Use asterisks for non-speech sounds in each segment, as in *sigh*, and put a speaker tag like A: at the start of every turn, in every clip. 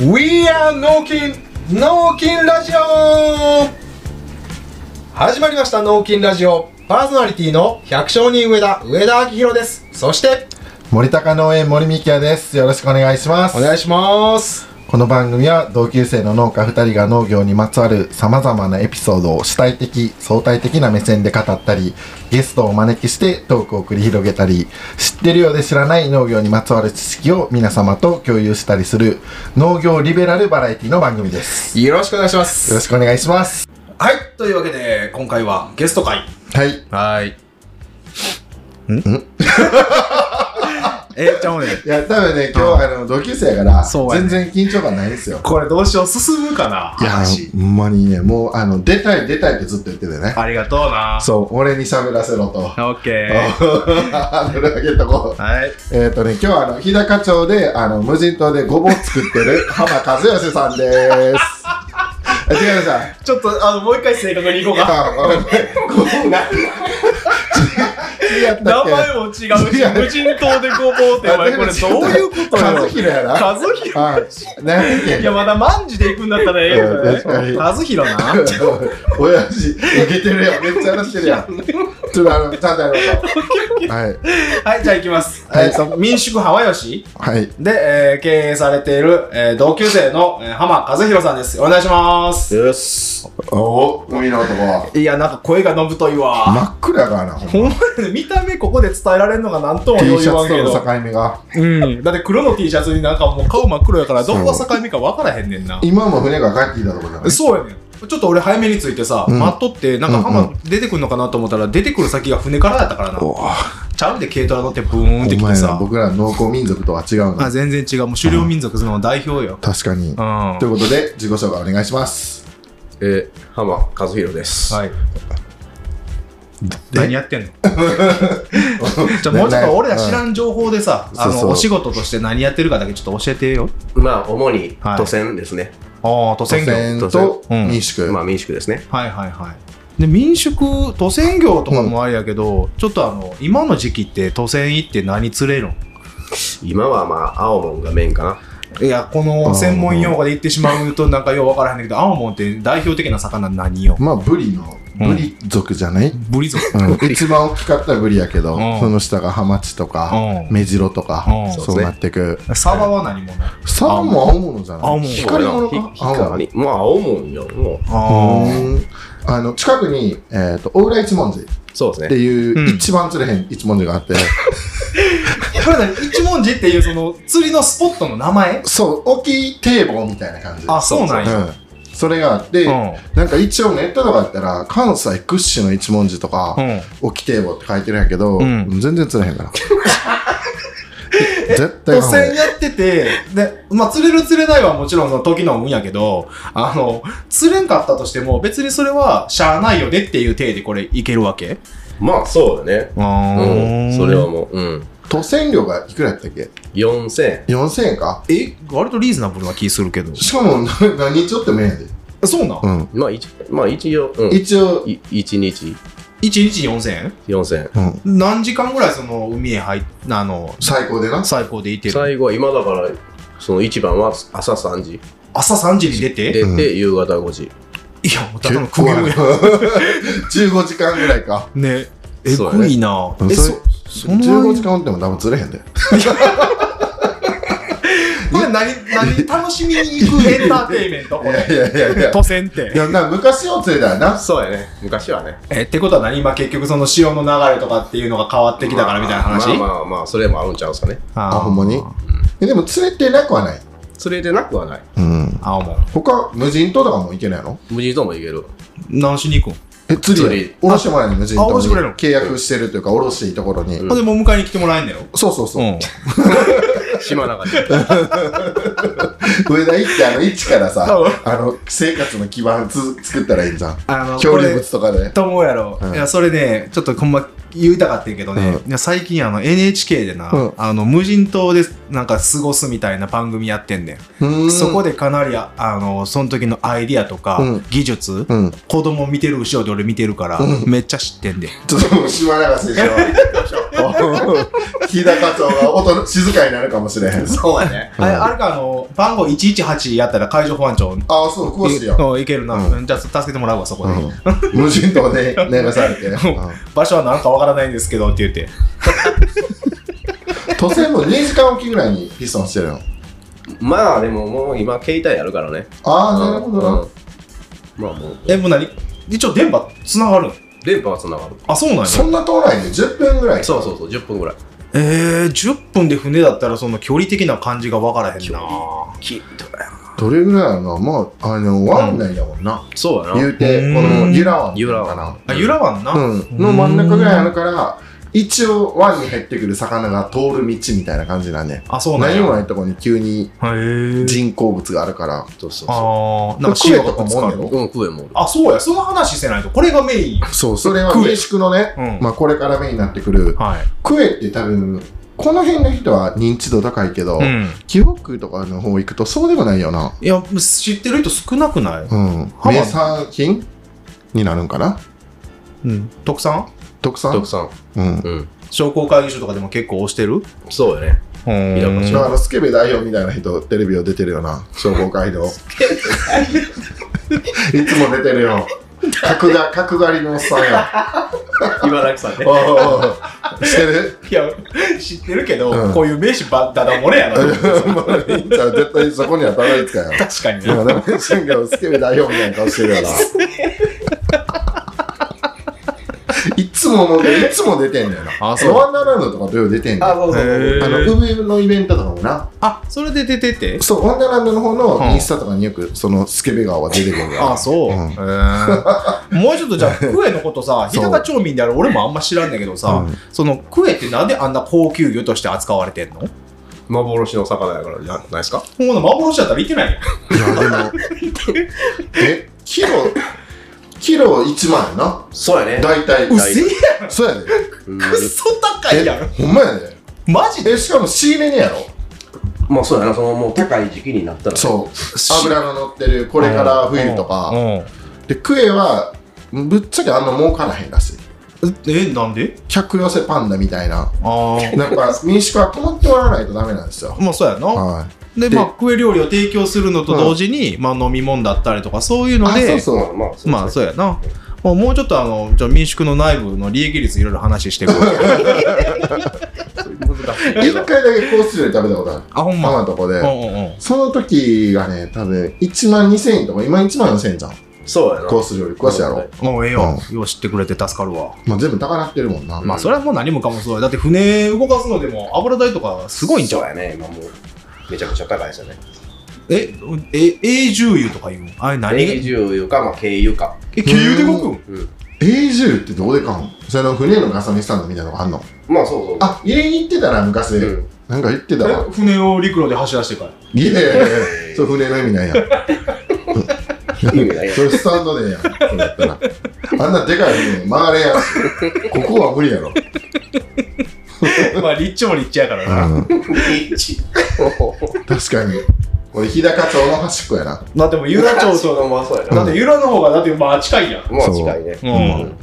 A: We are 脳筋脳筋ラジオ始まりました脳筋ラジオパーソナリティの百姓人上田上田明宏ですそして
B: 森高農園森美希也ですよろしくお願いします
A: お願いします
B: この番組は同級生の農家2人が農業にまつわるさまざまなエピソードを主体的相対的な目線で語ったりゲストをお招きしてトークを繰り広げたり知ってるようで知らない農業にまつわる知識を皆様と共有したりする農業リベラルバラエティの番組です
A: よろしくお願いします
B: よろしくお願いします
A: はいというわけで今回はゲスト会
B: はい
C: はい。
A: *laughs*
C: えー、ちゃうね。
B: いや多分ね今日あの同級生やから
C: そうや
B: 全
C: ね
B: 然緊張感ないんですよ
C: これどうしよう、進むかない
B: やー、ほんまにね、もう、あの、出たい出たいってずっと言っててね。
C: ありがとうな。
B: そう、俺に喋らせろと。 *laughs*
C: オッケー。
B: あの、あげとこう。
C: はい。
B: えっ、ー、とね、今日はあの、日高町で、あの、無人島でごぼう作っ
C: *laughs*
B: てる浜和義さんです。あ違うさん。
C: ちょっと、あの、もう一回正確にいこうか。
B: あ、ごめん。ごめん。違やった
C: 名
B: っけ
C: 前も違うし、無人島でごぼうって、お前、これどういうこと
B: 和
C: よ。
B: 弘やな。
C: 和弘
B: あ、何やっけ
C: いや、まだ万事で行くんだったらええ
B: うん確か
C: よ
B: に
C: ね。和弘な。結
B: 親父、いけてるやん。めっちゃ話してるやん。ちょっとあの、ちゃんと
C: *laughs*
B: やろうと。はい。
C: はい、じゃあ行きます。
B: はい
C: えっと、民宿浜吉
B: はい。
C: で、えー経営されている、えー同級生の、えー浜和弘さんです。お願いします。よし。
B: おお海の男
C: いや、なんか声がのぶといわ。
B: 真っ暗やからなほんま
C: ほんまやね、見た目ここで伝えられるのがなんとも
B: T
C: よう
B: シ
C: 言
B: ャ
C: わん
B: ツと
C: け
B: の
C: ど、
B: 境目が
C: うん、だって黒の T シャツになんかもう顔真っ黒やからどこが
B: そう
C: 境目か分からへんねんな
B: 今も船が帰ってきたとこじゃない
C: そうやねんちょっと俺早めについてさ、
B: うん
C: 待っとってなんか
B: うん
C: 浜出てくるのかなと思ったら出てくる先が船からやったからな、
B: お
C: ちゃうんで軽トラ乗ってブーンって来
B: 前
C: て
B: ら
C: さ
B: 僕ら農耕民族とは違う
C: あ
B: な
C: 全然違うもう狩猟民族の代表よ、
B: 確かに
C: うんは
B: ということで自己紹介お願いします
A: えー、浜和弘です
C: い何や
B: *laughs*
C: ってんのじゃあもうちょっ
B: ね
C: と俺ら知らん情報でさ、
B: ん
C: あ
B: そうそ
C: の
B: う
C: お仕事として何やってるかだけちょっと教えてよ
D: まあ、主に
C: はい
D: 都線ですね。
C: ああ都
B: 祖
C: 仙業
B: 先と
C: うん
B: 民宿
D: まあ、民宿ですね。
C: はいはいはい。で民宿都仙業とかもあれやけど、ちょっとあの今の時期って都仙行って何釣れるん
D: 今はまあ、青門がメインかな。
C: いやこ
B: あー
C: の専門用語で言ってしまうとなんかよう分からへんねんけど青門って代表的な魚何よ
B: まあブリの
C: うん
B: ブリ族じゃない
C: ブリ族
B: うん一番大きかったらブリやけど
C: うん
B: その下がハマチとか
C: うん
B: メジロとか
C: うん
B: そうなってく
C: サバは何者
B: サーモンも青物じゃ
C: 青
B: ない
C: 物
B: 光り物
D: ひ
B: か青
D: 光
B: 物
D: り。まあ、青門よ。もう、
C: あ
B: うんあの近くにえっと大浦一文字
D: そう
B: っ
D: で
B: て
D: すね。
B: いううん一番釣れへん一文字があって、
C: あこれ何一文字っていうその釣りのスポットの名前
B: そう沖堤防みたいな感じ
C: あそうなんや
B: うん、それがあって、
C: う
B: なんか一応ネットとかやったら関西屈指の一文字とか、
C: んうん
B: 沖堤防って書いてるんやけど、
C: うん
B: 全然釣れへ
C: *laughs*
B: んから絶対
C: 都
B: 釣れへ
C: 仙
B: ん
C: やっててで、まあ、釣れる釣れないはもちろんその時の運やけどあの釣れんかったとしても別にそれはしゃあないよねっていう体でこれいけるわけ
D: まあ、そうだね。うん。それはもう、うん。
B: 都仙料がいくらやったっけ
D: 4000。
B: 4000円か
C: え割とリーズナブルな気するけど
B: しかもな何日おってもええんやで、
C: そうなん、
B: うん、
D: まあ、一まあ、一応、うん。
B: 一応、
D: い一日
C: 1日4000
D: 4000。
B: うん、
C: 何時間ぐらいその海へ入っあの
B: 最高でな
C: 最高でいてる
D: 最後は、今だから、その一番は朝3時。
C: 朝3時に出て
D: 出て、夕方5時。
C: いやもうただの苦行や
B: 結構あ *laughs* る15時間ぐらいか
C: ねえ
D: そうやね
C: ぐいな、え
B: それ
C: そその間
B: 15時間おっても多分釣れへんで
C: これ何何楽しみに行くエンターテインメントこ
B: いや
C: れ
B: いやいやいや
C: 都仙って
B: いやな昔を釣れたよな
D: そうやね。昔はね。
C: えってことは何今結局その潮の流れとかっていうのが変わってきたからみたいな話、
D: まあまあまあ、それもあるんちゃうんすかね。
B: あほんまにえでも釣れてなくはない、
D: 釣れてなくはない。
B: うん、
C: 青門
B: 他無人島とかも行けないの
D: 無人島も行ける。
C: 何しに行くん、
B: え釣り
D: 釣り
B: おろしてもらえるの無人島
C: あおろしてくれる
B: に
C: の
B: 契約してるというかおろしていいところに、
D: うん
C: ほんでもう迎えに来てもらえんだよ
B: そうそうそう、
C: ん
D: 島中で。
B: 上田行ってあの一からさ
C: うん
B: あの生活の基盤つ作ったらいいんじゃん
C: あの
B: 漂流物とかで
C: と思うやろ、
B: うん
C: いやそれねちょっとほんま言いたかったんやけどね、いや最近あの NHK でな、
B: うん
C: あの無人島でなんか過ごすみたいな番組やってんね
B: うー
C: ん
B: ん
C: そこでかなりああのその時のアイディアとか、
B: うん
C: 技術、
B: うん
C: 子供見てる後ろで俺見てるから、めっちゃ知ってんで
B: ちょっともう島流しでしょ日高町が音静かになるかもしれへん。
C: そうやね。あれ、あれか、あの、番号118やったら海上保安庁、
B: ああ、そう、詳しいやん。
C: うんいけるな。
B: う
C: うんじゃあ、助けてもらうわ、そこで。
B: うん無人島で流されて。
C: 場所はなんかわからないんですけどって言って。
B: 都政も2時間おきぐらいにピストンしてるの。
D: まあでももう今携帯あるからね
B: ああ、なるほど
D: う
B: な。
D: んまあもう
C: え、もう何一応電波繋がるの
D: 電波はつながる
C: あ、そうなんや。
B: そんな遠ないね、10分ぐらい。
D: そうそうそう10分ぐらい
C: えー、10分で船だったらその距離的な感じがわからへんな。
D: きっとやな
B: どれぐらいやろなもう、あの、湾内やもんな。
D: そうやな
B: 言うて、
C: うん
B: この由良湾。
D: 由良湾
C: あ、由良湾な。
B: 湾。うん。の真ん中ぐらいあるから、一応湾に入ってくる魚が通る道みたいな感じなんで。
C: あ、そうなん
B: 何
C: や。
B: もないとこに急に
C: へー
B: 人工物があるから。
D: そうそうそ
C: あー、なんか
B: 声
C: 塩
B: と
C: が
B: か
C: ぶつか
B: もあ
C: る
B: ん
C: の
B: ねん
D: ううん食えんもん
C: あ、そうや。その話せないと。これがメイン。
B: そう、それは
C: クエ
B: 民宿のね、
C: うん
B: まあこれから目になってくる、
C: はい。
B: クエって多分、この辺の人は認知度高いけど、
C: うん。
B: キホクとかの方行くとそうでもないよな。
C: いや、知ってる人少なくない
B: うん。
C: 浜
B: 名産品になるんかな
C: うん。特産
B: 特産
D: 特産
B: うん。
D: うん
C: 商工会議所とかでも結構押してる
D: そうやね
C: う
D: いや
B: だからスケベ代表みたいな人、テレビを出てるよな、商工会堂。いつも出てるよ。角が角刈りのおっさんや。
D: 茨城さん *laughs* ね
B: おうおうおうしてる
C: いや、知ってるけど、
B: うん
C: こういう名詞ば、だだ漏れやな。
B: もういいんちゃう絶対そこにはたどり着かんよ。
C: 確かに
B: で
C: な。
B: も、ダメシンガーをスケベ代表みたいな顔して
C: *laughs*
B: るよな。いつも思うけどいつも出てんだよな。
C: あそう
B: ワンダーランドとかとよう出てんだよ。
D: そう
C: へー
B: あの、ウブのイベントとかもな。
C: あ、それで出てて。
B: そう、ワンダーランドの方
C: うん
B: のインスタとかによく、そのスケベ顔は出てくるから。
C: あ、そう。
B: うん
C: へーもうちょっと
B: *laughs*
C: じゃあ、クエのことさ、日
B: そう
C: 高町民である俺もあんま知らんだけどさ、
B: うん
C: そのクエってなんであんな高級魚として扱われてんのこ
D: 幻の魚やからじゃないですか
C: の幻だったらいけないよ。
B: *laughs* いや、でも。え、キロ、キロ1万やな。
D: そうやね
B: 大体。
C: うせえ
B: そうやで。
D: うん
C: やん、くそ高いや
B: え
C: ん。、
B: ほんまやで。
C: マジで
B: え、しかも仕入れねやろ。
D: まあそうやなそのもう高い時期になったら
B: そう。油が乗ってる、これから冬とか。
C: う
B: でクエはぶっちゃけあんま儲からへんらしい
C: んえ、なんで
B: 客寄せパンダみたいな
C: あ
B: *laughs*
C: あ。
B: なんか民宿は困ってもらわないとダメなんですよ
C: まあそうやな。
B: はい
C: で、
B: で
C: まあ、クエ料理を提供するのと同時に、まあ飲み物だったりとか、そういうの
B: あ
C: で、
B: そうそう
D: まあまあそうですね
C: まあそうやな。もうもうちょっとあの、じゃあ民宿の内部の利益率いろいろ話してい
B: *laughs*
C: こう。
D: 難しいけ
B: 一
D: ど
B: 回だけコース料理食べたことある
C: あ、ほん
B: ママ
C: ま。
B: のとこ
C: う
B: で
C: んうんうん。
B: その時がね多分1万2000円とか今1万4000円じゃん
D: そうやな
B: コース料理詳しいやろ
C: もうええよ。
B: う
C: よう知ってくれて助かるわ。
B: もう全部高なってるもんな、
D: ん
C: まあそれはもう何もかもそうや。だって船動かすのでも油代とかすごいんちゃう
D: そうやね今もうめちゃくちゃ高いですよね
C: え、え、永住油とか言うんあれ何が
D: 永住油かまあ軽油か
C: え、軽油で動くん
D: うん
B: 永住ってどこで買うんそれの船のガソリンスタンドみたいなのがあんの
D: まあそうそう
B: あ入れに行ってたな昔、
D: うん
B: なんか言ってたわ
C: え船を陸路で走らせてから。
B: いやいやいやいやそう船の意味ないやん
D: 意味ないやん
B: それスタンドでええやん、それやったら。あんなでかい船曲がれやん。ここは無理やろ。
C: *laughs* まあ立地も立地やからな。
B: うん、
D: そ
B: 確かに。俺、日高町の端っこやな。
C: だってもう由良町と、
D: のまあそうや
C: だって由良の方がだってまあ近いやん。
D: まあ近いね
C: う
B: うん
C: ん。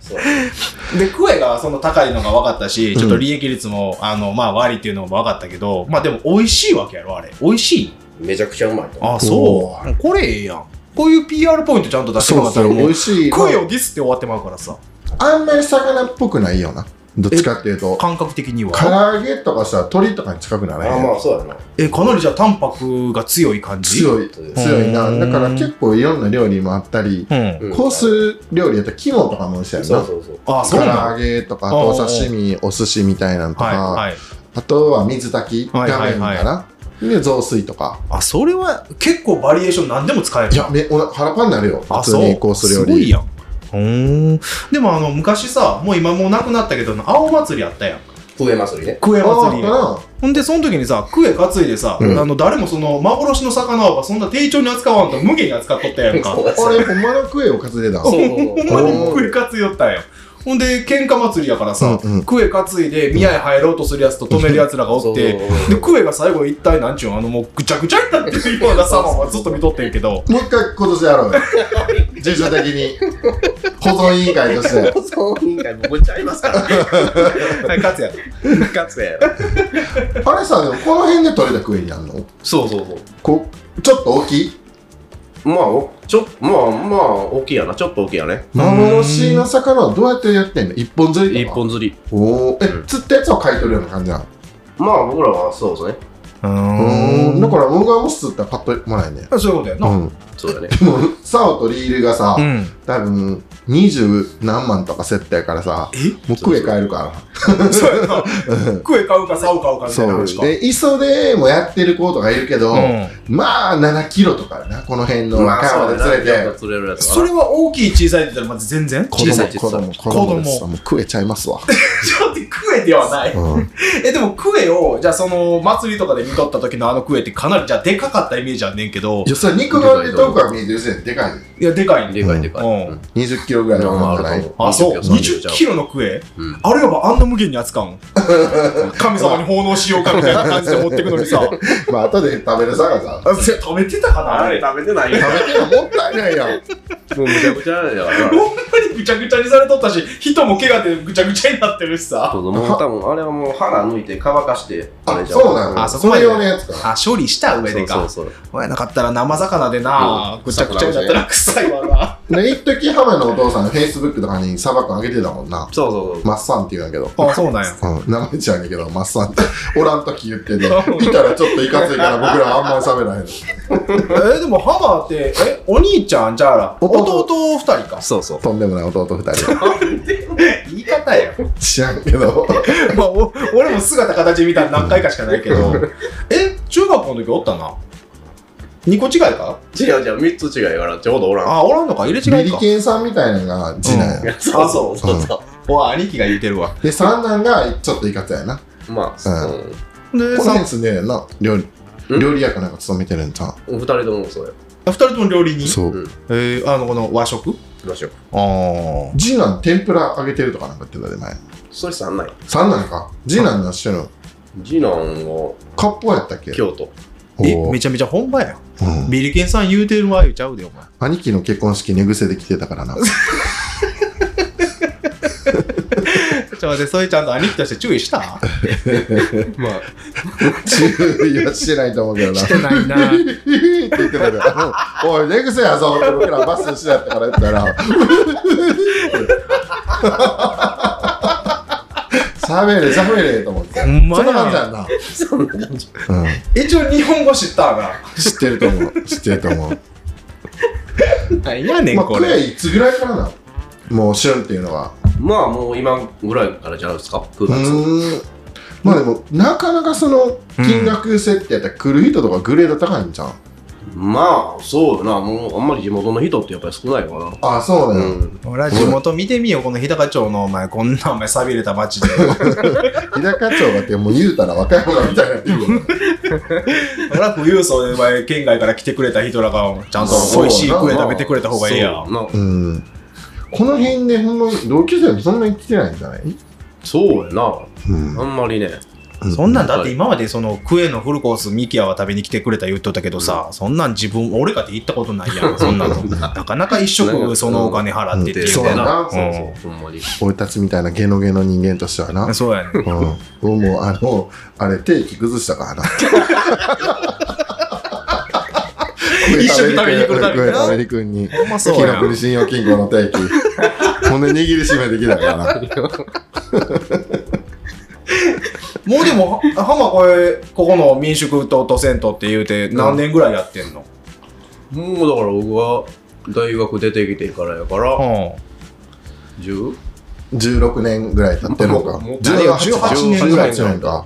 D: そう
C: で、クエがその高いのが分かったし、ちょっと利益率も、あの、まあ割りっていうのも分かったけど、まあでも美味しいわけやろ、あれ。美味しい
D: めちゃくちゃうまいと
C: あ、
B: お
C: そう。これええやん。こういう PR ポイントちゃんと出してもらったらも
B: 美
C: う
B: 味、しい。
C: クエをディスって終わってまうからさ、
B: あんまり魚っぽくないよな。どっちかっていうと。
C: 感覚的に
B: 唐
C: は。
B: 揚げとかさ、鳥とかに近くなら
D: あ
B: へん。
D: まあそうやな
C: え、かなりじゃあタンパクが強い感じ
B: 強い、強いな。
C: うん
B: だから結構いろんな料理もあったり、
C: うん。
D: うん
B: コース料理やったら肝とかも美味しいやん
D: そう
B: な。
D: そうそう
C: あ、
B: 唐
C: そうなの
B: 揚げとか、あとお刺身、お寿司みたいなのと
C: はい、
B: か、
C: はい。
B: あとは水炊きがメインかな。
C: はいはい
B: で、雑炊とか。
C: あ、それは結構バリエーション何でも使える
B: いや、めおな腹パンになるよ。
C: あ、
B: 普通
C: そう
B: に。コース料
C: す
B: 理。
C: ごいやん。うーん。でもあの、昔さ、もう今もうなくなったけど、青祭りあったやん。
D: 食えますりね
C: クエ
B: あ
C: 祭
B: ー
C: り。
B: か
C: ほんで、その時にさ、クエ担いでさ、
B: うん
C: あの、誰もその、幻の魚はそんな丁重に扱わんと無限に扱っとったやんか。
D: そ
B: *laughs*
C: ほ
D: うんや
B: な。あれ、ほんまのクエを担いでた。
D: そうそう
C: まにクエ担いよったんやん。ほんで、喧嘩祭りやからさ、
B: うんうん
C: クエ担いで宮へ入ろうとするやつと止めるやつらがお
D: そ
C: っ
D: う
C: て、で、クエが最後一体なんちゅうん、あの、もうぐちゃぐちゃになってるような様はずっと見とってんけど、 *laughs*
B: もう一回今年やろうよ。住所的に。保存委員会として
D: 放送委員会もこっちゃいますから。
C: かつや
D: かつやろ。
B: あれさでもこの辺で取れたクエリあんの
C: そうそうそう
B: こうちょっと大きい
D: まあ、おちょ、まあ、まあ、大きいやな。ちょっと大きいやね。
B: 幻の魚はどうやってやってんの一本釣り
D: 一
B: とか
D: 本釣り。
B: おおえ
D: うん
B: 釣ったやつを買い取るような感じなの
D: まあ、僕らはそうですね。
C: う
B: うーん
C: だ
B: だ
C: か
B: から僕がもし釣ったらパッともらえんね
C: らそういうことやな、
B: うん *laughs*
D: そうだね。
B: でも竿とリールがさ、
C: ん、
B: 多分二十何万とかセットやからさ
C: え
B: もうクエ買えるか
C: そうやな
B: ら
C: クエ買うか竿買うかみたいな
B: そう
C: 話か
B: で磯でもやってる子とかいるけど、
C: うん
B: まあ7キロとかやなこの辺の
D: まあ、
B: 川まで
D: そうだ
B: 釣れ
D: ね。
B: て、
D: やっぱ釣れるやつ
C: そ
D: か
C: れは大きい小さいって言ったらまず全然
B: 子
D: 小さ
B: 供
D: い小
B: 子
D: さい
B: 供子供ですもう食えちゃいますわ、
C: ちょっとクエではない
B: うん、
C: えでもクエをじゃあその祭りとかで見とった時のあのクエってかなりじゃあでかかったイメージあんねんけど
B: いやそれ肉眼で遠くから見えてるせいででかいね
C: いやでかい
D: な。
C: ね
D: でかいでかい。
C: うん
B: 20キロぐらいの
D: ま
B: も
D: あ
B: のじゃ
D: あ
B: な
D: る
B: い
D: と思
C: あそう
D: 20
C: 20キロのクエ
D: うん
C: あれやばあんな無限に扱
D: *laughs*
C: うん神様に奉納しようかみたいな感じで持ってくのにさ
B: まあ後で食べる魚さ
C: あそれ食べてたかなあれ
D: 食べてないよ。
B: 食べてももったいないやん
D: もうむちゃくちゃなんだか
B: *laughs*
D: ら。
C: ほんまにぐちゃぐちゃにされとったし人も怪我でぐちゃぐちゃになってるしさ
D: そうそうもう多分あれはもう腹抜いて乾かしてあ
B: あ
D: れじゃん
B: そうなの
C: あそ
B: そ
C: こま
B: れ
C: で
B: 用のやつか
C: あ処理した上でか
D: そうそうそう
C: お前なかったら生魚でな、ぐちゃぐちゃになったら臭いわな。
B: で一時浜のお父さんフェイスブックとかにサバ缶あげてたもんな
D: そうそうそう
B: マッサンって言うんやけど
C: あ、そうなんや。
B: うん、名前違うんだけど、マッサンって、おらんとき言ってね、いたらちょっといかついから僕らあんまり喋らへんの。
C: えーでもハマーって、え、お兄ちゃん、じゃあら、
B: 弟
C: 弟二人か。
D: そうそう
B: とんでもない弟二人。
C: *laughs* 言い方や。
B: 知らんけど、
C: まあ、お俺も姿形見たら何回かしかないけど。 *laughs* え、中学校の時おったな。二個違いか
D: 違う違う三つ違いやからちょうどおらん
C: あ、おらんのか入れ
B: ビ
C: 違い
B: リ
C: か。
B: ケンさんみたいなのが次男や。
C: あ、そう。
D: そうそう
C: おわ、兄貴が言うてるわ。
B: で、三男がちょっといかつやな。
D: まあ
B: うん
D: うん
C: で、
B: この
C: さ
B: 辺住んでるやんな。料理
D: ん
B: 料理役なんか勤めてるんじゃん。
D: お二人ともそうや
C: 二人とも料理人
B: そ
D: うん
B: う。
C: えーあの、この和食
D: 行きましょう
C: ああ。
B: 次男天ぷら揚げてるとかなんか言ってたで前。
D: それさんない
B: 三男か。次男のしてるの。
D: 次男は
B: カッポやったっけ
D: 京都
C: え、
B: お
C: め
B: ー
C: ちゃめちゃ本場や。
B: うん
C: ビリケンさん言うてるわ、言うちゃうで、お前。
B: 兄貴の結婚式寝癖で来てたからな。
C: ちょっと待って、それちゃんと兄貴として注意したまあ、
B: 注意はしてないと思
C: *laughs*
B: うけどな。
C: してないな。
B: って言ってたけど、おい、寝癖やぞって僕らバスしてやったから言ったら、 *laughs* 喋れ、喋れと思って。
C: ほんま
B: そ
C: や
B: んな感じやんな。
D: そんな感じ
B: う
C: 一応日本語知ったわ
B: ん、知ってると思う。知ってると
C: *laughs*
B: 思う。
C: な。なんやね
B: ま
C: ん、
B: あ、
C: こ
B: ク
C: れ。
B: エいつぐらいからなのもう、旬っていうのは。
D: まあもう今ぐらいからじゃないですか9
B: う
D: 月
B: ーん。まあでも、なかなかその、金額設定やったら来る人とかグレード高いんじゃん。
D: まあそうよなもうあんまり地元の人ってやっぱり少ないかな
B: あ、そうだよ。
D: うん
C: ほら、地元見てみよう、この日高町のお前、こんなお前、寂れた町で。
B: 日高町だってもう言うたら若い者みたいになってるよ
C: ほら、富裕層でお前、県外から来てくれた人らが、ちゃんと
B: そう
C: 美味しいクエ
B: 声
C: 食べてくれた方がいいやん。
D: そうな
B: うん。この辺でほんま同級生もそんなに来てないんじゃない
D: そうや
B: うん
D: なあんまりね
C: そんなんだって今までそのクエのフルコースミキヤは食べに来てくれた言っとったけどさ、そんなん自分俺かって行ったことない
B: *laughs*
C: やんそんなのなかなか一食そのお金払ってっていう
B: そう
C: ね
B: やな
C: うん
D: そうそうほんまに
B: 俺たちみたいなゲノゲノ人間としては
C: *laughs*
B: な。
C: そうやね
B: うん。俺もうあの、あれ、定期崩したからな。
C: *laughs* 一緒に食べに来るためにな
B: 食べに来るに。
C: ほんまそう
B: キ
C: や
B: ノコに信用金庫の定期。骨握りしめできたからな。
C: もうでも、は浜これ、ここの民宿と都銭湯って言うて、何年ぐらいやってんの、
D: もうだから僕は大学出てきてからやから10
B: 16年ぐらい経ってるのか。
D: もうもう
C: 18年ぐらい
B: 18年か。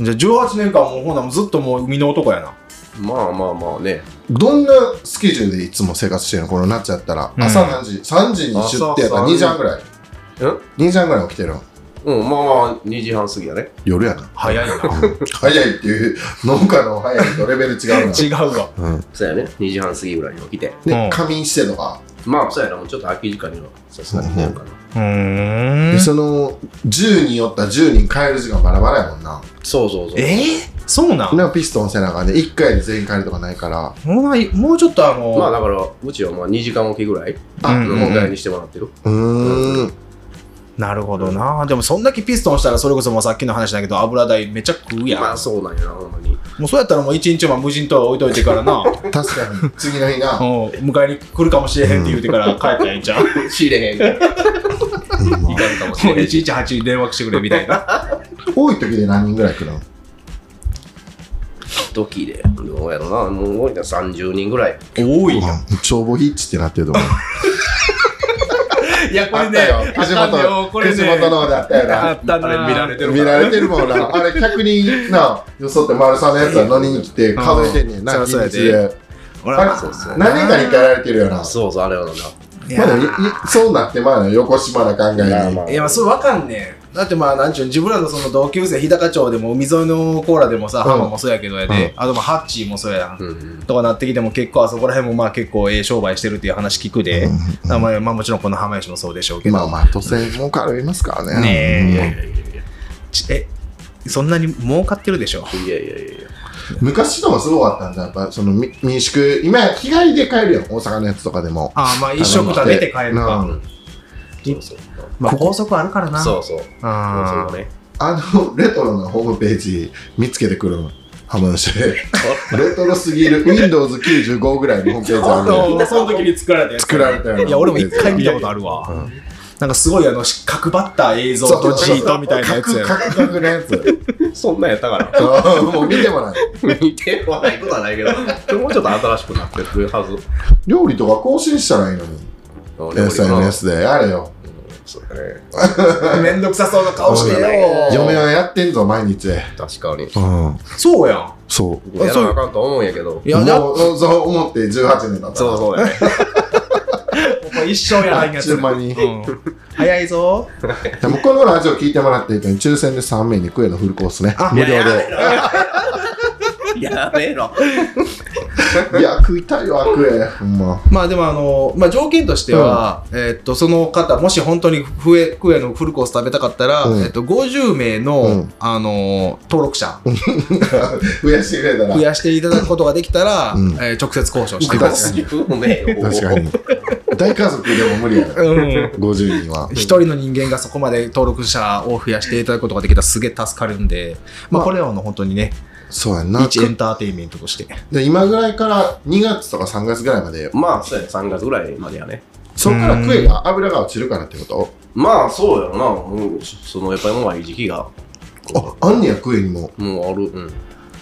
C: じゃあ18年間もうほなもうずっともう海の男やな。
D: まあまあまあね
B: どんなスケジュールでいつも生活してるのこのなっちゃったら、
C: うん
B: 朝何時 ?3 時に出てやったら
D: 朝3
B: 2時半ぐらい。
D: う
B: 2時半ぐらい起きてるの
D: んうんまあまあ2時半過ぎやね
C: *laughs*
B: 夜やな。
C: 早いな。
B: 早いっていう農家の早いとレベル違う
C: *laughs*
B: な。
C: 違うわ。
B: うん、
D: そうやね2時半過ぎぐらいに起きて
B: で、
C: うん
B: 仮眠してとか、
D: まあそうやなもうちょっと空き時間にはさすがに寝るかな
C: うー
B: でその10人おったら10人帰る時間バラバラやもんな
D: そうそうそう
C: えーそうなん
B: でもピストン背中で1回で全員帰るとかないから
C: もうないもうちょっとあの、
D: まあだから、うちはまあ2時間おきぐらい
B: あ
C: うん
D: の問題にしてもらってる。
B: うーん
C: なるほどなでもそんだけピストンしたらそれこそもうさっきの話だけど油代めちゃ食うやん、
D: まあそうなんやな、ほんまに。
C: もうそうやったらもう一日は無人島置いといてから
D: *laughs*
C: なうん
B: 確かに次の日が
C: 迎えに来るかもしれへんって言うてから帰ったらええんちゃう
D: 仕入れへん。いかんかもし
C: も
D: れ
C: う
D: へんし。
C: 118に電話してくれみたいな
B: 多い時で何人ぐらい来るの
D: ドキで。どうやろな、もう多いな、30人ぐらい。
C: 多いよ
B: うん帳簿ヒッチってなってると思う
C: いや *laughs* こ
B: あ
C: れ
B: っ
C: ね
B: たよ
C: あ
B: 藤
C: ったんだよ
B: 本
C: これ
B: 藤
C: ね
B: 本の方であったよ
C: あ
B: な
C: ったな
D: あれ見られてる
B: 見られてるもんなあれ100人なよそって丸さんのやつは乗りに来て数えてんねんな
C: うん
B: 一日
C: そうや
B: で
C: ほ
B: あれ
C: ら
D: そうそう
B: 何人かに行かられてるよな
D: そうそう、あれはな。
C: い
B: ま
C: や
B: だいいそうなってまうの横島な考え
D: まあ
B: に
D: まあ
C: いやまあそれわかんねえだってまあなんちゅうの自分らのその同級生日高町でも海沿いのコーラでもさ
B: ん
C: 浜もそうやけどやで、
B: うん
C: あとまあハッチーもそうやん
D: うんうん。
C: とかなってきても結構あそこら辺もまあ結構ええ商売してるっていう話聞くで、まあまあまあもちろんこの浜吉もそうでしょうけど、
B: まあまあ都政儲かりますからね
C: ねえ
D: いやいやいやいや。
C: ちえそんなに儲かってるでしょ
D: いやいやいやいや。
B: 昔のもすごかったんじゃんやっぱそのみ民宿今や日帰りで帰るやん大阪のやつとかでも
C: ああまあ一食食べて帰る
B: う
C: か、
B: ん
D: そうそう。
C: まあ、高速あるからな
D: そうそう。
C: あ
D: そうね。 *laughs*
B: あのレトロのホームページ見つけてくるの浜の人
C: *laughs*
B: でレトロすぎる Windows95 ぐらいのホームページあるのよ
C: のその時に作られたやつ
B: 作られたようない
C: や俺も一回見たことあるわ、
B: うん
C: なんかすごいあのし角張った映像とチートみたいなやつや
B: カクカクカクのやつ
D: そんなんやったから。 *laughs*
B: そうもう見てもない
D: 見てはないことはないけ *laughs* ど、もうちょっと新しくなってるはず。
B: 料理とか更新したらいいのに SNS でやれよ
D: そうだ
C: *laughs*
D: ね。
C: めんどくさそうな顔してよ
B: 嫁はやってんぞ毎日
D: 確かに。
B: うん
C: そうやん
B: そう
D: やらなあかんと思うんやけど。
C: いやだ
B: もうそう思って18年だった
D: そうそうやね。
C: 一生やらん
B: あ
C: や
B: っ
C: つ
B: ちゅう間に
C: うん早いぞ
B: でもこのラジオ聞いてもらっていいに抽選で3名にクエのフルコースね無料で
D: *laughs* やめろ。
B: いや食いたいわクエほんま
C: まあでもあの、まあ、条件としては、えーっとその方もし本当にクエクエのフルコース食べたかったら、
B: うん
C: えーっと50名の、
B: うん
C: あの登録者
B: *laughs* 増やしてくれたら
C: 増やしていただくことができたら、
B: うん
C: えー直接交渉してく
B: 確か
C: だ
B: に
C: さい。
B: 確
D: 確
B: か。に大家族でも無理やね
C: うん
B: 50人は
C: 一人の人間がそこまで登録者を増やしていただくことができたらすげえ助かるんで、まあ、
B: まあ
C: これはあの本当にね、
B: そうやんな
C: 一エンターテインメントとして。
B: で今ぐらいから2月とか3月ぐらいまで
D: まあ、そうや、3月ぐらいまでやね。
B: そこからクエが油が落ちるからってこと
D: まあ、そうやろな。もう、その、やっぱりもうい時期が、
B: ああんねやクエにも
D: もうある。うん。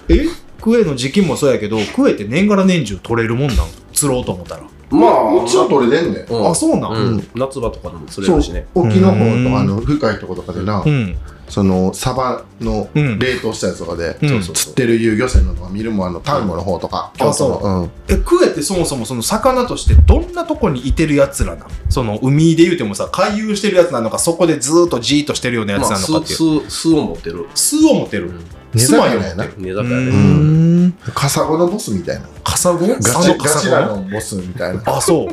C: えクエの時期もそうやけどクエって年がら年中取れるもんなん釣ろうと思ったら、
D: ま
B: うちは取れてんねん
D: うん
C: あそうなん、
D: うん。夏場とかでも釣れるしね。
B: 沖の方
C: う
B: と
C: ん
B: かあの深いとことかでな
C: うん
B: そのサバの
C: うん
B: 冷凍したやつとかで
C: うん
B: そうそう釣ってる遊漁船のとか見るもんあの丹後の方とか
C: あそう
B: う
C: えクエってそもそもその魚としてどんなとこにいてるやつらなのその海で言うてもさ回遊してるやつなのかそこでずーっとじーっとしてるようなやつ
D: まあ、
C: なのかっていう、
D: 巣、巣を持ってる。
C: 巣を持てる
B: 根
C: 巣ま
B: 魚
C: よ
B: やな
D: 寝
C: う
D: 酒屋で。
C: ーん
B: カサゴのボスみたいな
C: カサゴ
B: ガ
C: サ
B: チ
C: の
B: ガ
C: カ
B: チ
C: サ
B: ラ
C: ゴ
B: のボスみたいな
C: あそう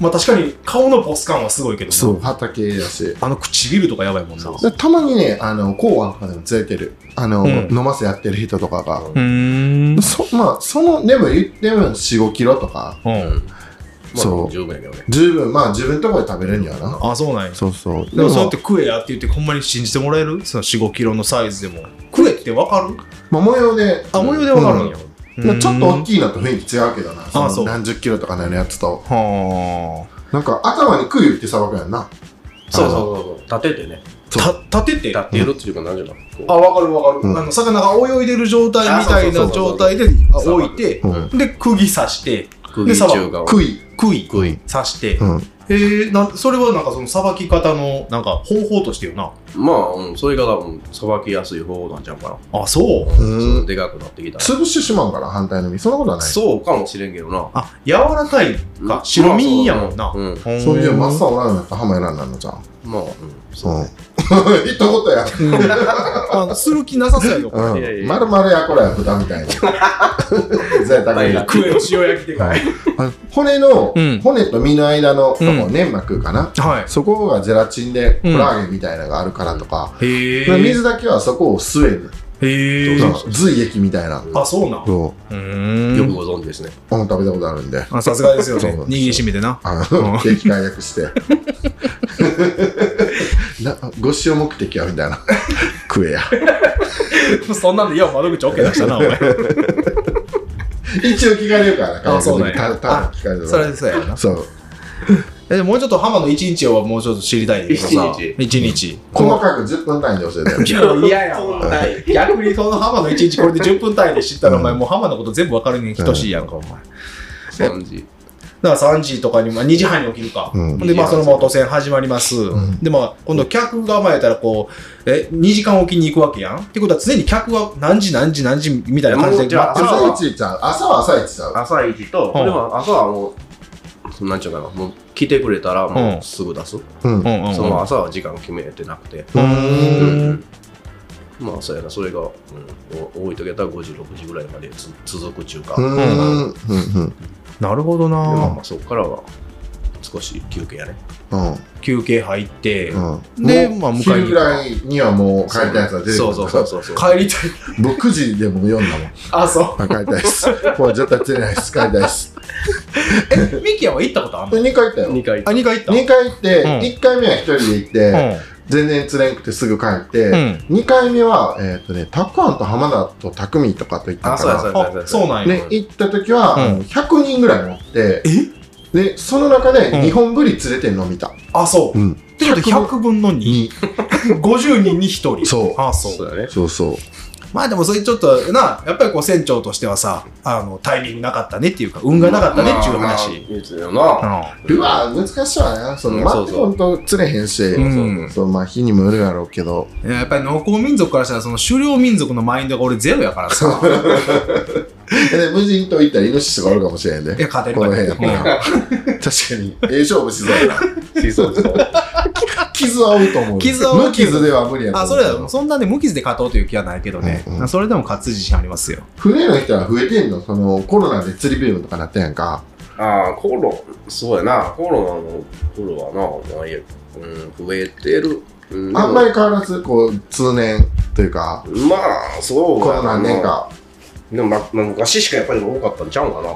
C: まあ確かに顔のボス感はすごいけどな
B: そう畑だし
C: あの唇とかやばいもんな
D: そう
C: う
B: でたまにねあの公安とかでも連れてるあの、
C: うん
B: 飲ませやってる人とかが、
D: う
C: ーん
B: そまあそのでも言っても45キロとか
C: うん
D: ま
B: そ
D: あ、
B: う
D: 十分やけどね。
B: 十分まあ自分のとこで食べれるんやな
C: あそうなんや
B: そうそう
C: でもそうやってクエやって言ってほんまに信じてもらえるその4 5キロのサイズでもクエってわかる
B: まあ模様で、
C: あ模様でわかるんや、
B: まあ、ちょっと大きいのと雰囲気違うけどなの
C: そう
B: 何十キロとかのやつと
C: はあ
B: なんか頭にクイってさばくやんな
D: そうそうそうそう。立ててね。
C: た立てて
D: 立ってるっていうか、なんじゃな
C: あ、わかるわかる、
B: うん
C: あの魚が泳いでる状態みたいな
D: あそうそうそ
C: 状
D: うそう
C: 態であ置いて、
B: うん
C: で釘刺して
D: く
C: で
D: ぎ
C: さば
D: 中華を。
B: クイ
C: 杭刺
B: クイ
C: して、
B: うん
C: えー、なそれはなんかそのさばき方のなんか方法としてよな
D: まあ、うん、それが多分、さばきやすい方法なんちゃうかな。
C: あそう
B: うん
D: そのでかくなってきたら。
B: 潰してしまうんかな反対の身そんなことはない
D: そうかもしれんけどな。
C: あ柔らかい
D: ま
C: か
D: あ
C: 白身やもんな、
D: そううん。
C: ほん
B: そういうマッサーおらんのやったら浜選んだのじゃん
D: まあ、うん。。
B: そううん *laughs* 一言や
C: あのする気なさそうやよ
B: う
D: いやい
B: ん
D: や
B: まるまるやこらや豚み
C: *laughs*
B: たいな贅沢に
C: クエを塩焼きでかい
B: あの骨の、
C: うん
B: 骨と身の間のと
C: う
B: こ、
C: ん
B: 粘膜かな
C: は
B: そこがゼラチンでコ
C: うん
B: ラーゲンみたいなのがあるからとか、
C: いへ
B: 水だけはそこを吸える
C: えへえ
B: そう髄液みたいな
C: あそうなん
B: そう
D: よ
C: ー
D: く
C: ん
D: ご存知ですね。
B: あ食べたことあるんで
C: あさすがですよね
B: そうそう
C: 握りしめて
B: *laughs*
C: な
B: あの景気解約して *laughs* なご使用目的はみたいな食 *laughs* えや
C: そんなんでよう窓口 OK 出したなお前
B: 一応聞かれるからな
C: あそうなんや
B: たた聞かれる
C: それでそうやな
B: そう
C: えでももうちょっと浜の一日をもうちょっと知りたいんだけどさ
D: 一
C: 一日
B: 細かく10分単位で教えてよ
C: いやいや
D: そんな
C: 逆にその浜の一日これで10分単位で知ったらお前もう浜のこと全部わかるに等しいやんかお前
D: 感じ。
C: だから3時とかに、まあ、2時半に起きるか、
B: *laughs* うん
C: でまあそのまま当選始まります、でまあ今度客が前やったらこうえ2時間起きに行くわけやんってことは常に客は何時何時何時みたいな感じ
D: もう
C: で
D: じゃあ
C: 待ってる
B: 朝一ちゃう朝は朝一ちゃう
D: 朝一と、
C: うん
D: でも朝はもう、そのなんちゅうかな、もう来てくれたら
C: う
D: も
C: ん
D: うすぐ出す。
B: うん
C: うんうんうん
D: その朝は時間決めてなくて。
C: う
D: う
C: ーん
D: んまあそうやな、それが、うん、お多い時やったら5時、6時ぐらいまでつ続くっちゅうか。
B: うん
D: で
B: うんうん
C: なるほど
D: まあま
C: な
D: あそこからは少し休憩やね。
B: うん
C: 休憩入って、
B: うん
C: で
B: もう
C: まあ迎えに行く
B: 昼ぐらいにはもう帰りたいやつは出てくる
D: そうそうそうそうそう。
C: 帰りたい
B: 僕9時でも読んだもん
C: あそ
B: *laughs* あ帰りたい *laughs* ですこれ絶対釣れないです帰りたいです
C: うミキヤは行ったことあんの
B: 2回行ったよ
D: 2回。
C: あ2回行った
B: 2回行って、
C: うん
B: 1回目は1人で行って、全然釣れんくてすぐ帰って、2回目は、えっ、とね、たくあんと浜田と匠とかと行った
D: あ、そうやそ
B: か
D: うやそう
C: うん、
D: や
C: あそうなん
B: ら、
C: や、
B: で、行った時は、
C: うん
B: あの100人ぐらい乗って、で、その中で日本ぶり連れてんの見た。
C: あそう、
B: うん
C: ってことは100分の
B: に
C: *laughs* 250人に1人
B: そう
C: あそう
D: そうやね。
B: そうそう。
C: まあでもそれちょっとな、やっぱりこう船長としてはさ、あの、タイミングなかったねっていうか、運がなかったねっていう話。
D: 言うてたよな。
B: ルアー難しいわな。その、
D: うん
B: 待
D: そ
B: っ
D: う
B: て
D: そう
B: ほんと釣れへんし、
C: うん
B: そう、まあ日にもよるやろうけど、
C: いややっぱり農耕民族からしたら、その狩猟民族のマインドが俺ゼロやから *laughs* さ、
B: で無人島行ったらイノシシとかおるかもしれん
C: いや
B: で。
C: 勝てる
B: こ
C: か
B: の
C: ら
B: 辺やったら。確かに、ええ勝負しそうやな。
C: *laughs*
D: しそうそう。
B: 傷は負うと思う。
C: 傷は負う
B: 無傷では無理やと
C: あ、
B: 思
C: そうれだ、そんなね、無傷で勝とうという気はないけどね
B: うんう。ん
C: それでも勝つ自信ありますよ。
B: 船の人は増えてんのそのコロナで釣りビームとかなったやんか。
D: ああ、コロ、そうやな、コロナの頃はな、まあ、いやうん、増えてる。うん、
B: あんまり変わらず、こう、通年というか、
D: り。まあ、そう
B: こ
D: や
B: の
D: な
B: 何年。か。
D: でも、ままあ、昔しかやっぱり多かったんちゃうんかな。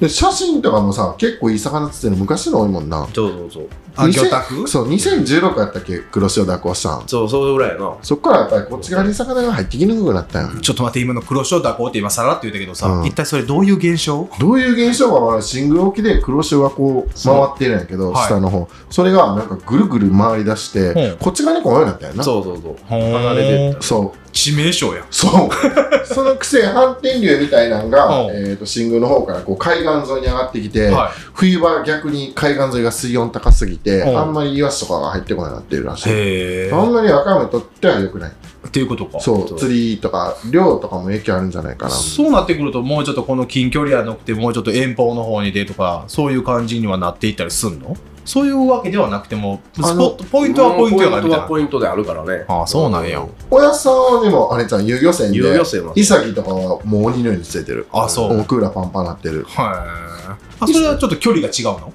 B: で、写真とかもさ、結構いい魚釣ってるの昔の多いもんな。
D: そうそうそう。
C: あ、
B: 2000
C: 魚拓
B: そう、2016やったっけ黒潮蛇行したん。
D: そう、それぐらいやな。
B: そっからやっぱりこっち側に魚が入ってきにくくなったやん。
C: ちょっと待って、今の黒潮蛇行って今さらって言ったけど
B: う
C: さ
B: ん、
C: 一体それどういう現象
B: どういう現象が、シングル沖で黒潮がこう回ってるんやけど、
C: はい
B: 下の方。それがなんかぐるぐる回り出して、
C: うん
B: こっち側にこうようになったよな。
D: そうそうそう。
C: 離
D: 離れてった。
B: そう。
C: 致命傷や。 *laughs*
B: そう。そのくせ、反転流みたいなのが、
C: うん
B: えっ、と、新宮の方からこう海岸沿いに上がってきて、
C: は
B: 冬場逆に海岸沿いが水温高すぎて、
C: うん
B: あんまりイワシとかが入ってこなくなってるらし
C: い。
B: い。
C: へ
B: あ
C: ー。
B: んまり若いにとっては良くない。
C: っていうことか。
B: そう、釣りとか、漁とかも影響あるんじゃないかな。
C: そうなってくると、もうちょっとこの近距離じゃなくて、もうちょっと遠方の方に出とか、そういう感じにはなっていったりすんのそういうわけではなくても、スポ
B: あの
C: ット、ポイントはポイントやからみた
D: ポイン
C: い
D: ト
C: な
D: は。ポイントであるからね。
C: ああそうなんや
B: 親さんはでも、あれちゃん、遊漁船
D: 有
B: で
D: 料、生は。
B: イサギとかはもう鬼のように釣れてる。
C: あ、そう。
B: も
C: へ
B: うクーラーパンパンなってる。
C: え。あ、それはちょっと距離が違うの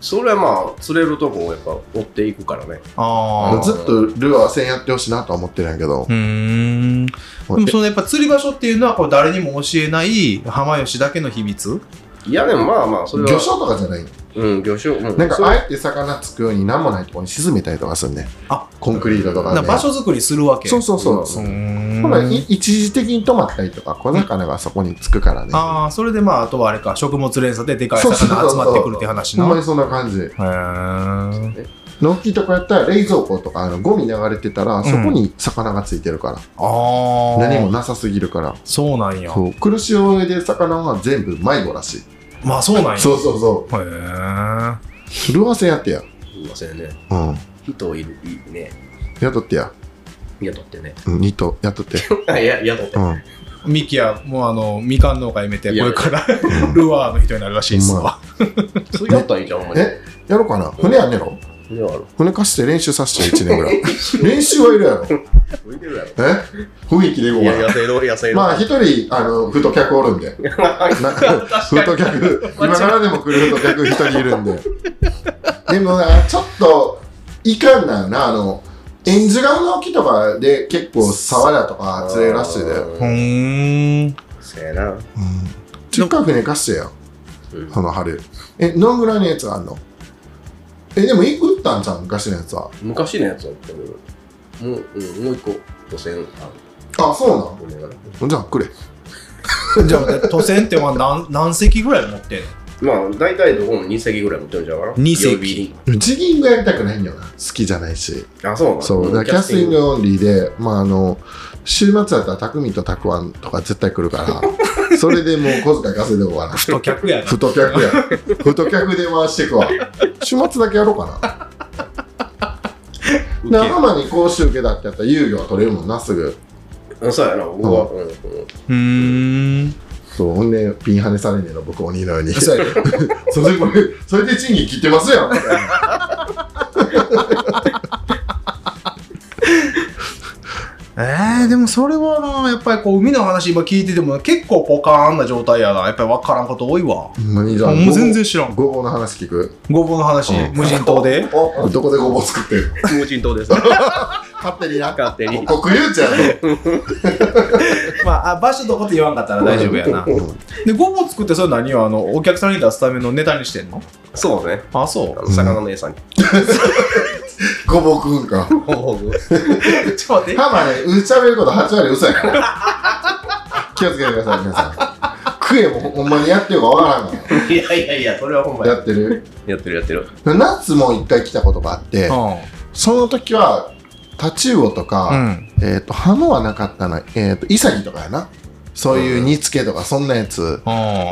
D: それはまあ、釣れるとこをやっぱ追っていくからね。
C: ああ。
B: ずっとルアー船やってほしいなとは思ってるんやけど
C: う、ーん。でもそのやっぱ釣り場所っていうのはこう誰にも教えない浜吉だけの秘密
D: いや、でもまあまあ、それは。
B: 魚礁とかじゃない
D: うん、魚種。うん、
B: なん
D: そ
B: か
D: れ
B: あえて魚つくように何もないところに沈めたりとかするね
C: あ
B: コンクリートとか,、ね、
C: な場所作りするわけ
B: そうそうそう、
D: そう
C: ー
B: ほらい
C: ん
B: 一時的に止まったりとか小魚がそこにつくからね、
C: ああそれでまああとはあれか食物連鎖ででかい魚集まってくるって話
B: ほ
C: なん
B: まに
C: へ
B: そんな感じ
C: え
B: のっきとかやったら冷蔵庫とかあのゴミ流れてたらそこに魚がついてるから、
C: ああ
B: 何もなさすぎるから
C: そうなんや
B: そう黒潮で魚は全部迷子らしい、
C: まあそうなんや
B: そうそうそ
C: へー
B: うルアー船やってや
D: すいませんね。
B: うん
D: 人いる、いいね。
B: 雇ってや
D: 雇ってね。
B: うんニット
C: *laughs*
B: 雇って、
D: あいや、雇って
B: う。ん、
C: ミキヤもうあのみかん農家辞めて
D: い
C: こ
D: や
C: れから *laughs* ルアーの人になるらしいっす
B: ほんま
C: わ
D: *laughs* そうやったらいいじゃん、お前。
B: えやろうかな船やんねろ
D: ではある。
B: 船貸して練習させて1年ぐ
C: *laughs*
B: らい練習はいるやろ
D: 浮いてるやろ。
B: え雰囲気でいこう
D: いや、
B: かな
D: 野生の、野生の。
B: まあ一人あの太客おるん
D: *laughs*
B: でな太客今からでも来る太客一人いるんででもなちょっといかんなよなあの演じがの木とかで結構サワラとか釣れるらしいで。
C: ほーん。
D: せやな。
B: ちっかい船貸してよ
D: うん。
B: その春。え、どんぐらいのやつがあんのえ、でも、い打ったんじゃん、昔のやつは。
D: 昔のやつはこれもう、うん、もう一個5000あ
B: あ、そ
D: る。これが
B: うなんじゃあ、くれ。
C: じゃあ、渡船っては何何隻ぐらい持ってんの
D: まあ、大体どこも2隻ぐらい持ってるんちゃうかな。
C: 二隻
D: 予備輪
B: ジギングやりたくないんだよな。好きじゃないし。
D: あ、そうなの
B: そう、だからキャスティングオンリーで、まあ、あの、週末だったら、たくみとたくわんとか絶対来
C: *laughs*
B: るから、それでもう小遣い稼いで終わらん。
C: 太客やな。
B: 太客や。太客で回してくわ。週末だけやろうかな。
C: ウケ
B: 仲間に講習受けだってやったら、遊魚は取れるもんな、すぐ。
D: うん、そうやな、僕は。うん、うん
C: うーん。
B: そう、ほんで、ピンハネされねえの、僕、鬼のように。
C: そうやね
B: *laughs* それこれ、それで賃金切ってますやん。
C: えー、でもそれはな、やっぱりこう、海の話今聞いてても、結構ポカーンな状態やな。やっぱり分からんこと多いわ。
B: 何じゃ
C: も
B: あ
C: う全然知らん。
B: ごぼうの話聞く。
C: ごぼうの話、
B: うん
C: 無人島 *laughs* で。
B: おどこでごぼう作ってるの
D: 無人島です。
B: 勝手にな。
D: 勝手に。
B: 国有地やろ。
C: まああ、場所どこって言わんかったら大丈夫やな。
B: うん
C: *laughs* で、ごぼう作ってそれ何をあの、お客さんに出すためのネタにしてんの
D: そうね。
C: あ、そ
D: あ
C: う。
D: の魚の餌に。
B: ごぼうくんか。
D: ほうほう
C: *laughs* ちょっと待って。
B: たまね、うちゃべること8割嘘やから。気をつけてください、皆さん。食えもほんまにやってるかわからんか
C: *laughs*
D: いやいやいや、それはほんま
B: ら。
D: や。
B: や *laughs* ってる
D: やってるやってる。
B: 夏も一回来たことがあって、その時は、タチウオとか、
C: うん。
B: えっ、と、ハモはなかったな、えっ、と、イサギとかやな。そういう煮つけとか、そんなやつ。
C: うん。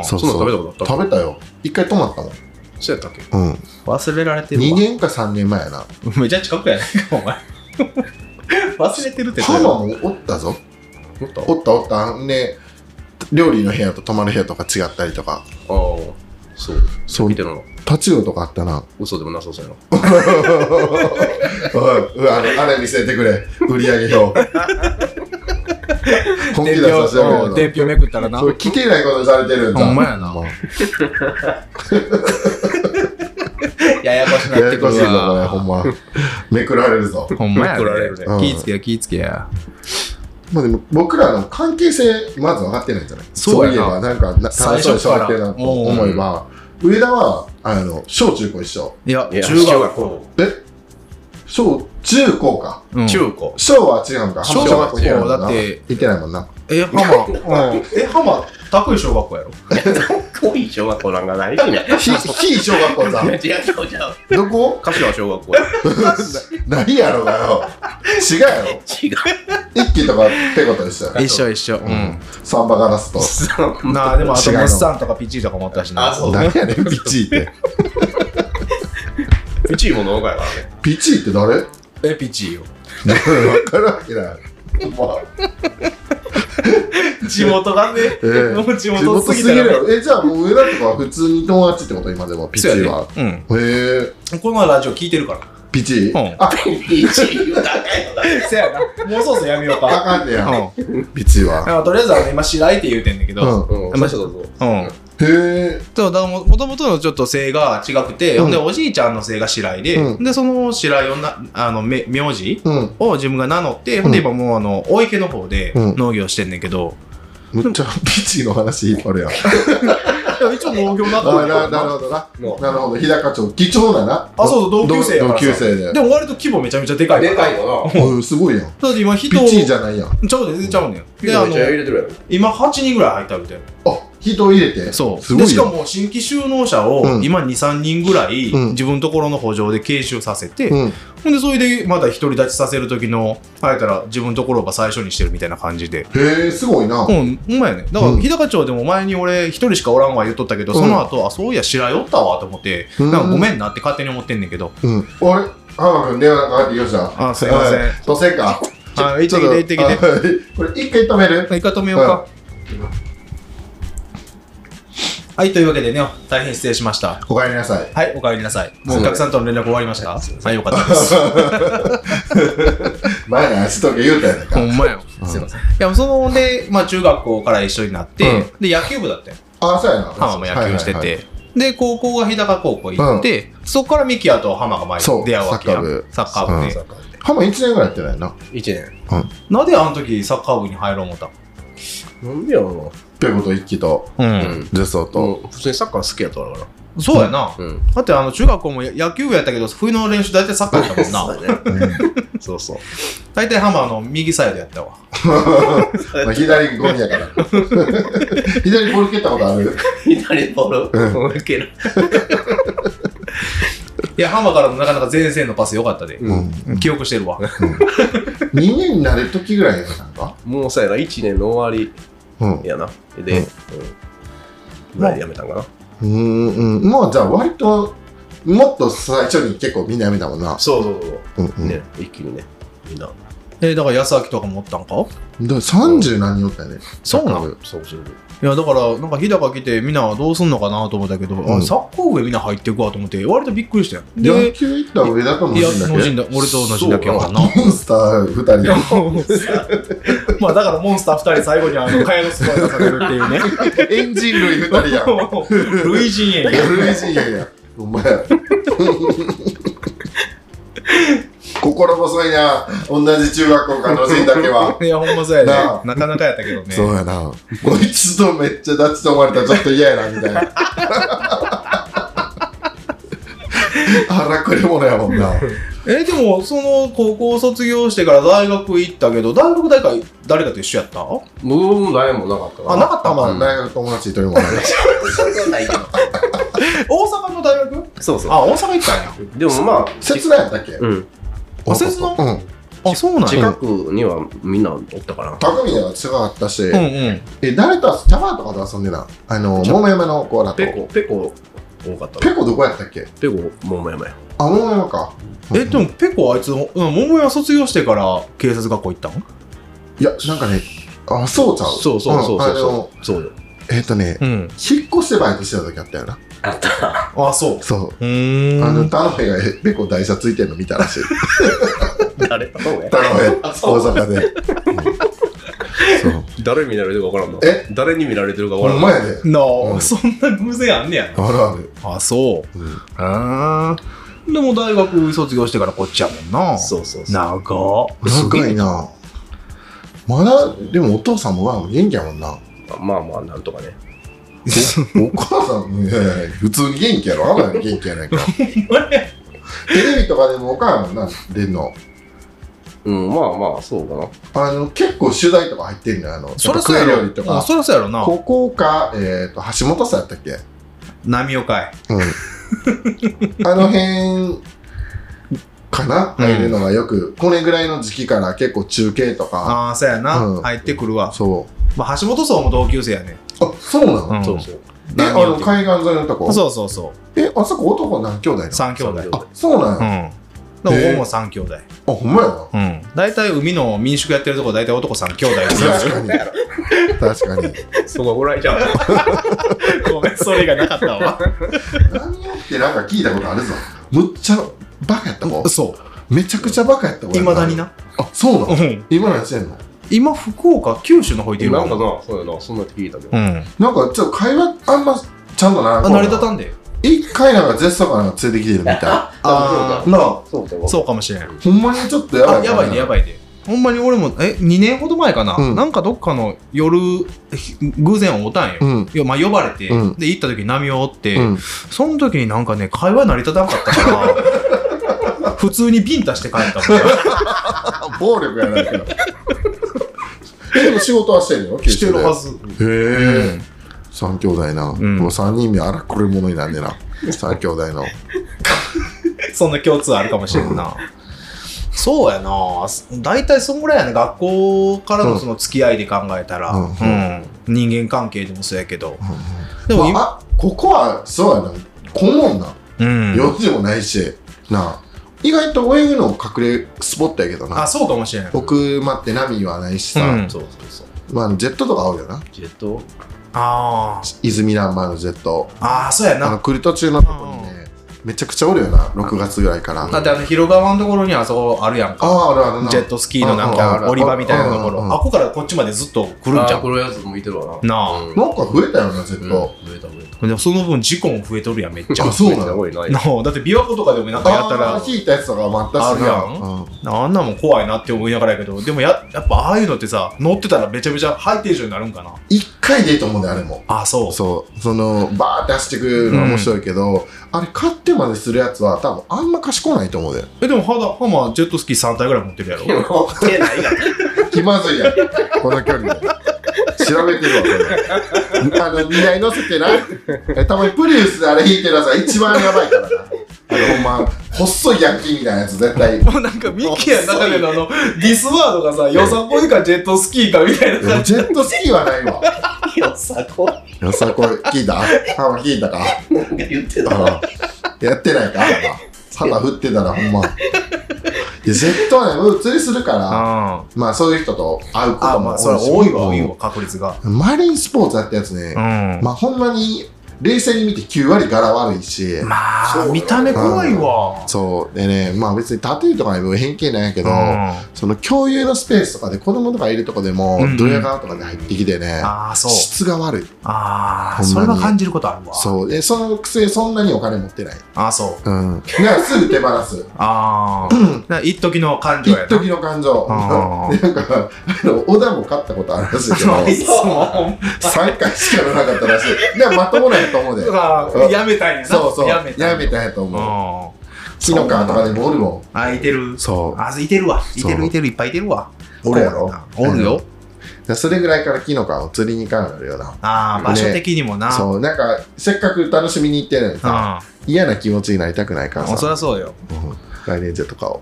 B: そう
D: そんなん
B: そ
D: 食べ
B: う。
D: たことあった
B: 食べたよ。一回泊まったもん。
D: そうやったっけ
B: うん。
C: 忘れられてる
B: 2
C: わ。
B: 年か3年前やな。
C: *laughs* めちゃ近くやないか、お前。 *laughs* 忘れてるって
B: ハモもおったぞ。
D: もっと
B: おったおった。んで、料理の部屋と泊まる部屋とか違ったりとか。
D: ああ、そう。
B: そう
D: 見てるの。
B: タチウオとかあったな。
D: 嘘でもなさそうやな。
B: おい、あれ、あれ見せてくれ。売上
C: *laughs*
B: 表。本気出させてあげる
C: 票めくったら
B: の。それ来てないことにされてるんだ。
C: ほんまやな
B: もう
C: *laughs* ややこしな
B: や
C: って
B: や
C: く
B: こしい
C: る
B: ぞ、これ、
C: わ。
B: ほんま。めくられるぞ。
C: ほんまや、ね。
D: めくられるね
B: うん
C: 気ぃつけや、気ぃつけや。
B: まあでも僕らの関係性まず分かってないんじゃない
C: そうや
B: いえ
C: な
B: ばなんかな
C: 最
B: 最
C: 初
B: 初
C: から
B: からってるなと思えば上田はあの小中高一緒
C: いや、
D: いや
C: 中学校。
B: え小中高か
C: うん
D: 中 *laughs* 高。
B: 小は違うんか
C: 小
B: 浜小学校行ってないもんな
C: だって
B: 行ってないもんな
C: え、浜、うん。え、浜、たくい小学校やろ
D: 遠い小学校なんかないしね。
B: *laughs* ひひ小学校さ
D: 違う違う違う。
B: どこ
D: 柏小学校や。
B: 何やろうがよ違うやろ
D: 違う。
B: 一期とかってことでしたよ
C: 一緒一緒。うん。
B: サンバガラスと
C: なあ、でもあと、
B: 違う
C: モ
B: の
C: ッサンとかピッチーとかもあったしな。
D: あそう
B: 何やねんピチーって
D: うちも農家やからね。
B: ピチーって誰
C: え、ピッチーよ。
B: 分からんわけない
C: 地元がね、
B: ええ
C: もう地
B: 地元
C: 元
B: す
C: す
B: ぎ
C: ぎ
B: る
C: た
B: や
C: ら。
B: ろ。え、じゃあもう上田とかは普通に友達ってこと今でも、ピチ
C: そうやね
B: は。
C: うん。
B: へえ。
C: このラジオ聞いてるから。
B: ピチ
C: うん
B: あ、
C: せやな。もうそろそろやめよう
B: あ
C: か。
B: かんねや。
C: うん。
B: ピチは。
C: あとりあえず、あの、今、白井って言うてんだけ
B: う
C: ど。
B: ん。
D: うん、ましたぞ。
C: うん。
B: へえ。
C: そう、だからももともとのちょっと姓が違くて、
B: うん
C: ほんで、おじいちゃんの姓が白井で、
B: う
C: で、その白井をな、あの、め名字
B: うん。
C: を自分が名乗って、ほんで、今もう、あの、大池の方で
B: うん
C: 農業してんねんけど、
B: むっちゃピチの話引っ張るやん。
C: いや一応農業にな
B: あ
C: った
B: な
C: か
B: なる
C: ら。
B: ほどな。
D: も
B: なるほど。日高町、貴重だな。
C: あ、そうそう、同級生や
B: 同
C: から
B: 同級
C: さ。
B: 生で。
C: でも、割と規模めちゃめちゃでか
D: う
C: い
D: で
C: から。
D: かいよな。
B: うん、すごいやん。
C: だって今、人
B: ピ、チじゃないやん。あ、
C: ちゃうで、全然ちゃうねん。
D: め
C: で、
D: っ
C: あ
D: ちゃ入
C: の、
D: れてるやろ。
C: 今、8人ぐらい入ったみたいな。
B: 人を入れて。
C: そう。
B: すご
C: で、
B: い
C: し
B: や
C: か
B: ん。
C: も、新規就農者を
B: う、ん
C: 今、2、3人ぐらい
B: うん、
C: 自分のところの補助で研修させて、
B: うん。
C: ほんで、それで、まだ独り立ちさせる時の、あえたら自分のところが最初にしてるみたいな感じで。
B: へえ、すごいな
C: う。ん、ほんまやね。だから、
B: うん
C: 日高町でも前に俺、一人しかおらんわ言っとったけど、
B: うん
C: その後、あ、そういや、知らよったわと思って、
B: うん
C: なんかごめんなって勝手に思ってんねんけど、
B: うん。あれ浜君、電話かかってきました。
C: あすいません
B: はい。とせんか。
C: あ、行ってきて、行ってきて。
B: て。これ、一回止める
C: 一回止めようか。はい、というわけでね、大変失礼しました。
B: おかえりなさい。
C: はい、お帰りなさい。もうお客さんとの連絡終わりましたはい、よかったで
B: *laughs*
C: す。
B: 前の足とか言うたやんか。
C: んまや。すいません。いや、その、で、まあ、中学校から一緒になって、で、野球部だったよ。
B: あ、そうやな。
C: 浜も野球してて、
B: はいはいはい
C: で高校が日高高校行って、そこからミキアと浜が前に
B: そう
C: 出会うわけや
B: サッカー部
C: サッカー部で、
B: うハマ1年ぐらいやってないな。
D: 1年
C: なんであの時サッカー部に入ろう思った
D: なんでやろ
B: ペコと一輝と、
C: う
D: うな、
B: ジェソーと、
D: と普通にサッカー好きやったから
C: そうやな、
D: うん
C: だってあの中学校も野球部やったけど冬の練習大体サッカーやったもん
B: *laughs*
C: な
D: そうだね
B: うん
D: そうそう
C: 大体ハンマーの右サイドやったわ
B: まあ左ゴミ
C: *laughs*
B: やから。左ボール蹴ったことある
D: 左ボール受ける
C: いやハンマーからのなかなか前線のパス良かったで、
D: うん
C: 記憶してるわ
B: 2年になる時ぐらいやなんか。
D: もうさやな1年の終わ
B: うん
D: り。やなで、
B: う
D: うんんぐらいでやめたんかな
B: うんうん。もうじゃあ割と、もっと最初に結構みんなやめたもんな。
D: そうそうそう
B: うんう。
D: そうんね一気にねみんな
C: えだから安明とかもおったんか
B: で30何人おったよね。
C: そうなん
B: ん
D: そうそう
C: いやだからなんか日高来てみんなどうすんのかなと思ったけど、
B: ん
C: あサッカー部みんな入っていくわと思って割とびっくりしたよ
B: 野
C: で
B: 球行ったら上田との
C: いや
B: 人だ
C: 野
B: け
C: 人だ俺と同じだけやからな
B: モンスター2人
C: いやもうさ *laughs* まあだからモンスター2人最後にあの蚊帳のすごい出されるっていうね
B: エンジン類2人やん。
C: もう *laughs* 類人猿や
B: ルイジーやん。お前や。心細いな、同じ中学校からの人だけは。
C: いやほんまそうやで
B: なあ
C: なかなかやったけどね
B: そうやな。こいつとめっちゃダチと思われたらちょっと嫌やな、みたいな。腹くれ者やもんな。
C: えでもその高校卒業してから大学行ったけど大学大会誰かと一緒やったあ
D: 僕も誰もなかった
C: なかったま
B: ま
C: あ
B: あ、大学友達一人もない。
C: 大阪の大学
D: そうそう
C: あ大阪行ったんや
D: でもまあ
B: 切なやったっけ
D: うん
C: あ切な
B: うん。
C: あそうなんや
D: 近くにはみんなおったから
B: 匠には違かったし、
C: うんうん
B: え、誰と遊チャバとかと遊んでたあの、桃山の子らと。
D: ペコペコ多かったな
B: ペコどこやったっけ
D: ペコもうやめや
B: あ、桃山か。
C: えでもペコあいつうん桃屋卒業してから警察学校行ったん
B: いや、なんかね、あ、そうちゃう。
D: そうそうそ
B: う
D: うそう
B: んあの
D: そうそうよ
B: えっ、とね、
C: うん
B: 引っ越してバイトしてた時あったよな。
D: あった
C: あそう
B: そ
C: う
B: う。
C: ーん
B: あの、田辺がペコ台車ついてんの見たらし
D: *laughs*
B: い。
D: 誰そうや
B: 田辺、大阪で。
D: *laughs*
B: うんそう。
D: 誰見られてるか分からんの
B: え
D: 誰に見られてるか
B: ほ
D: 分からん
B: ん
D: の
B: まやで。
C: なあ、
B: うん
C: そんな偶然あんねや
B: あるある。
C: あそう
B: うん
C: あでも大学卒業してからこっちやもんな
D: そうそうそう
C: 長っ
B: 長
C: *laughs*
B: いな。まだ、でもお父さんもまあ元気やもんな。
D: まあまあなんとかね
B: お母さんも、いやいや普通に元気やろ。あんまり元気やない *laughs* から。テレビとかでもお母さんもな、出んの。
D: うんまあまあそうかな
B: あの、結構取材とか入ってんのよ。あの、
C: そりゃそうや
B: なん
C: ろ
B: か食い料理とか
C: うん。そりゃそうやろな
B: ここか、えっ、と、橋本さんやったっけ
C: 波岡い
B: うん、あの辺かな
C: うん
B: 入るのがよく、これぐらいの時期から結構中継とか
C: ああそうやな、
B: うん
C: 入ってくるわ、
B: そ
C: まあ、橋本荘も同級生やね、
B: うあそうなの、
C: ん、
D: そうそう
B: えあ
C: 波
B: の
C: 岡
B: 海岸沿いのとこ
C: そうそうそ
B: えあそこ男何兄弟なの
C: う三兄弟
D: 三
C: うん
D: 兄弟
B: あそうなの、
C: だから俺も三兄弟、
B: あほんまやな
C: うん、大体海の民宿やってるとこ大体男三兄弟って
B: 確か
C: い
B: に確かに
D: そこぐらいじゃん
C: う *laughs* ごめんそれがなかったわ
B: *laughs* 何よってなんか聞いたことあるぞむっちゃバカやったもん
C: そ
B: めちゃくちゃバカやったもん
C: ういまだにな、
B: あそうなの、
C: うん、
B: 今何してんの
C: 今福岡九州の方行ってる
D: な
C: わ
D: んかなそうやなそんなって聞いたけど
C: うん
B: なんかちょっと会話あんまちゃんとならん
C: あ
B: から
C: 成り立たんで
B: 一回なんかゼストかなんか連れてきてるみたい *laughs* な
D: あ
B: あ
D: そうだわ
C: そうかもしれん
B: ほんまにちょっとやばい
C: あやばいねやばいねほんまに俺もえ2年ほど前かな、
B: うん
C: なんかどっかの夜ひ偶然会うたんよ、
B: うん
C: いやまあ呼ばれて、
B: うん
C: で行った時波を追って、
B: うん
C: その時になんかね会話成り立たなかったから
B: *laughs*
C: 普通にビンタして帰ったもん
B: 暴力やないから。え、でも仕事は *laughs* してるよ、
C: してるはず
B: ず。へ
C: う
B: え
C: ん。
B: 三兄弟な。
C: ん
B: もう三人目荒くれ者になんねんな。三兄弟の。
C: そんな共通あるかもしれんなそうやな大体そんぐらいやね学校からのその付き合いで考えたら、
B: う
C: うんん人間関係でもそうやけど、でも
B: ま
C: 今、
B: あ、あここは、そうやな。顧問な。
C: うん
B: 4時もないし。なあ意外と泳ぐの隠れスポットやけど
C: あ
B: な。
C: そうかもしれん
B: 僕待って波はないし
C: う
B: さ
C: ん。
D: そうそうそう
B: まあ、ジェットとか合うよな。
D: ジェット
C: あ
B: 泉蘭前のジェット。
C: あああそうやな
B: あの、来る途中のとこにね、めちゃくちゃおるよな。6月ぐらいから。
C: だってあの広川のところにあそこあるやん
B: あ
C: か
B: あ、あるあるな。
C: ジェットスキーのなん
B: うんうんう
C: か
B: ん
C: 降り場みたいなとこ
B: うんうんう
C: ろ
B: ん
C: あここからこっちまでずっと来
D: 来
C: るんじゃ
D: こ
C: ん
D: のやつ向いてるわな
C: なあ
D: うん
B: なんか増えたよな、ジェッ
D: うん
B: ト。
D: 増えた増えた
C: でもその分事故も増えとるやんめっちゃ
B: あそうなの
D: 多い
C: *laughs*
D: な。
C: なあだって琵琶湖とかでもなんかやったら
B: あー引いたやつとかもあったし
C: あるやあんなもん怖いなって思いながらやけどでもややっぱああいうのってさ乗ってたらめちゃめちゃハイテンションになるんかな
B: 一回でいいと思うんだよあれも
C: あそう
B: そうそのバーって走ってくるのは面白いけど、あれ買ってまでするやつは多分あんま賢ないと思うで
C: えでもハダハマジェットスキー3体ぐらい持ってるやろ
D: 持ってないが。
B: 気まずいやんこの距離で調べてるわこれあの荷台乗せてなえ多分プリウスであれ引いてるやつが一番やばいからなあれほんま細いヤンキーみたいなやつ絶対
C: も *laughs* うなんかミッキーや中でのあ *laughs* のディスワードがさよさこいかジェットスキーかみたいな *laughs*
B: でもジェットスキーはないわ
D: よさこい
B: よさこい聞いたハマ聞いたか
D: なんか言ってたな。
B: ああやってないか肌振ってたらほんまいやジェットはね移りするから
C: あ
B: まあそういう人と会うこと
C: あ
B: も
C: ま
B: 多
C: あ
B: いし
C: それは多いわ多いわ確率が
B: マリンスポーツやったやつね、
C: ん
B: まあほんまに冷静に見て9割柄悪いし、
C: ま
D: そう
C: あ
D: だ
C: 見た目怖いわ
B: そうでねまあ別にタトゥーとかにも偏見ないけ
C: う
B: ど、
C: んあ
B: その共有のスペースとかで子供とかいるとこでも、
C: うんうん
B: ドヤ顔とかで入ってきてね
C: あそう
B: 質が悪い
C: ああ
B: ほん
C: そ
B: まに
C: れは感じることあるわ
B: そうでそのくせそんなにお金持ってない、
C: ああそう
B: うん、だからすぐ手放
C: *laughs*
B: す
C: ああな一時の感情
B: 一
C: やな
B: 時の感情
C: あ
B: でなんかあの小田も買ったことあるらしいけど
C: *laughs* そう
B: 3回しか乗らなかったらしいでもまともなんやと思う
C: *laughs*
B: で
C: だか
B: うん
C: らやめたいんやな
B: そうそうや
C: やめ
B: めた
C: たい
B: んやと
C: う
B: 思うん木の皮とかでもおるも
C: あ、いてる
B: ん。そ
C: あ、いてるわ。いて
B: そう
C: るいてる、いっぱいいてるわ。
B: う。おるやろ
C: おるよ。
B: でそれぐらいから木の皮を釣りに行かなくなるよな。
C: ああ、場所的にもな。
B: そう。なんか、せっかく楽しみに行ってるのにさ、
C: う
B: 嫌な気持ちになりたくないから
C: ん。そり
B: さ、
C: ゃそうよ。 *laughs*
B: うんライレンジェとかを。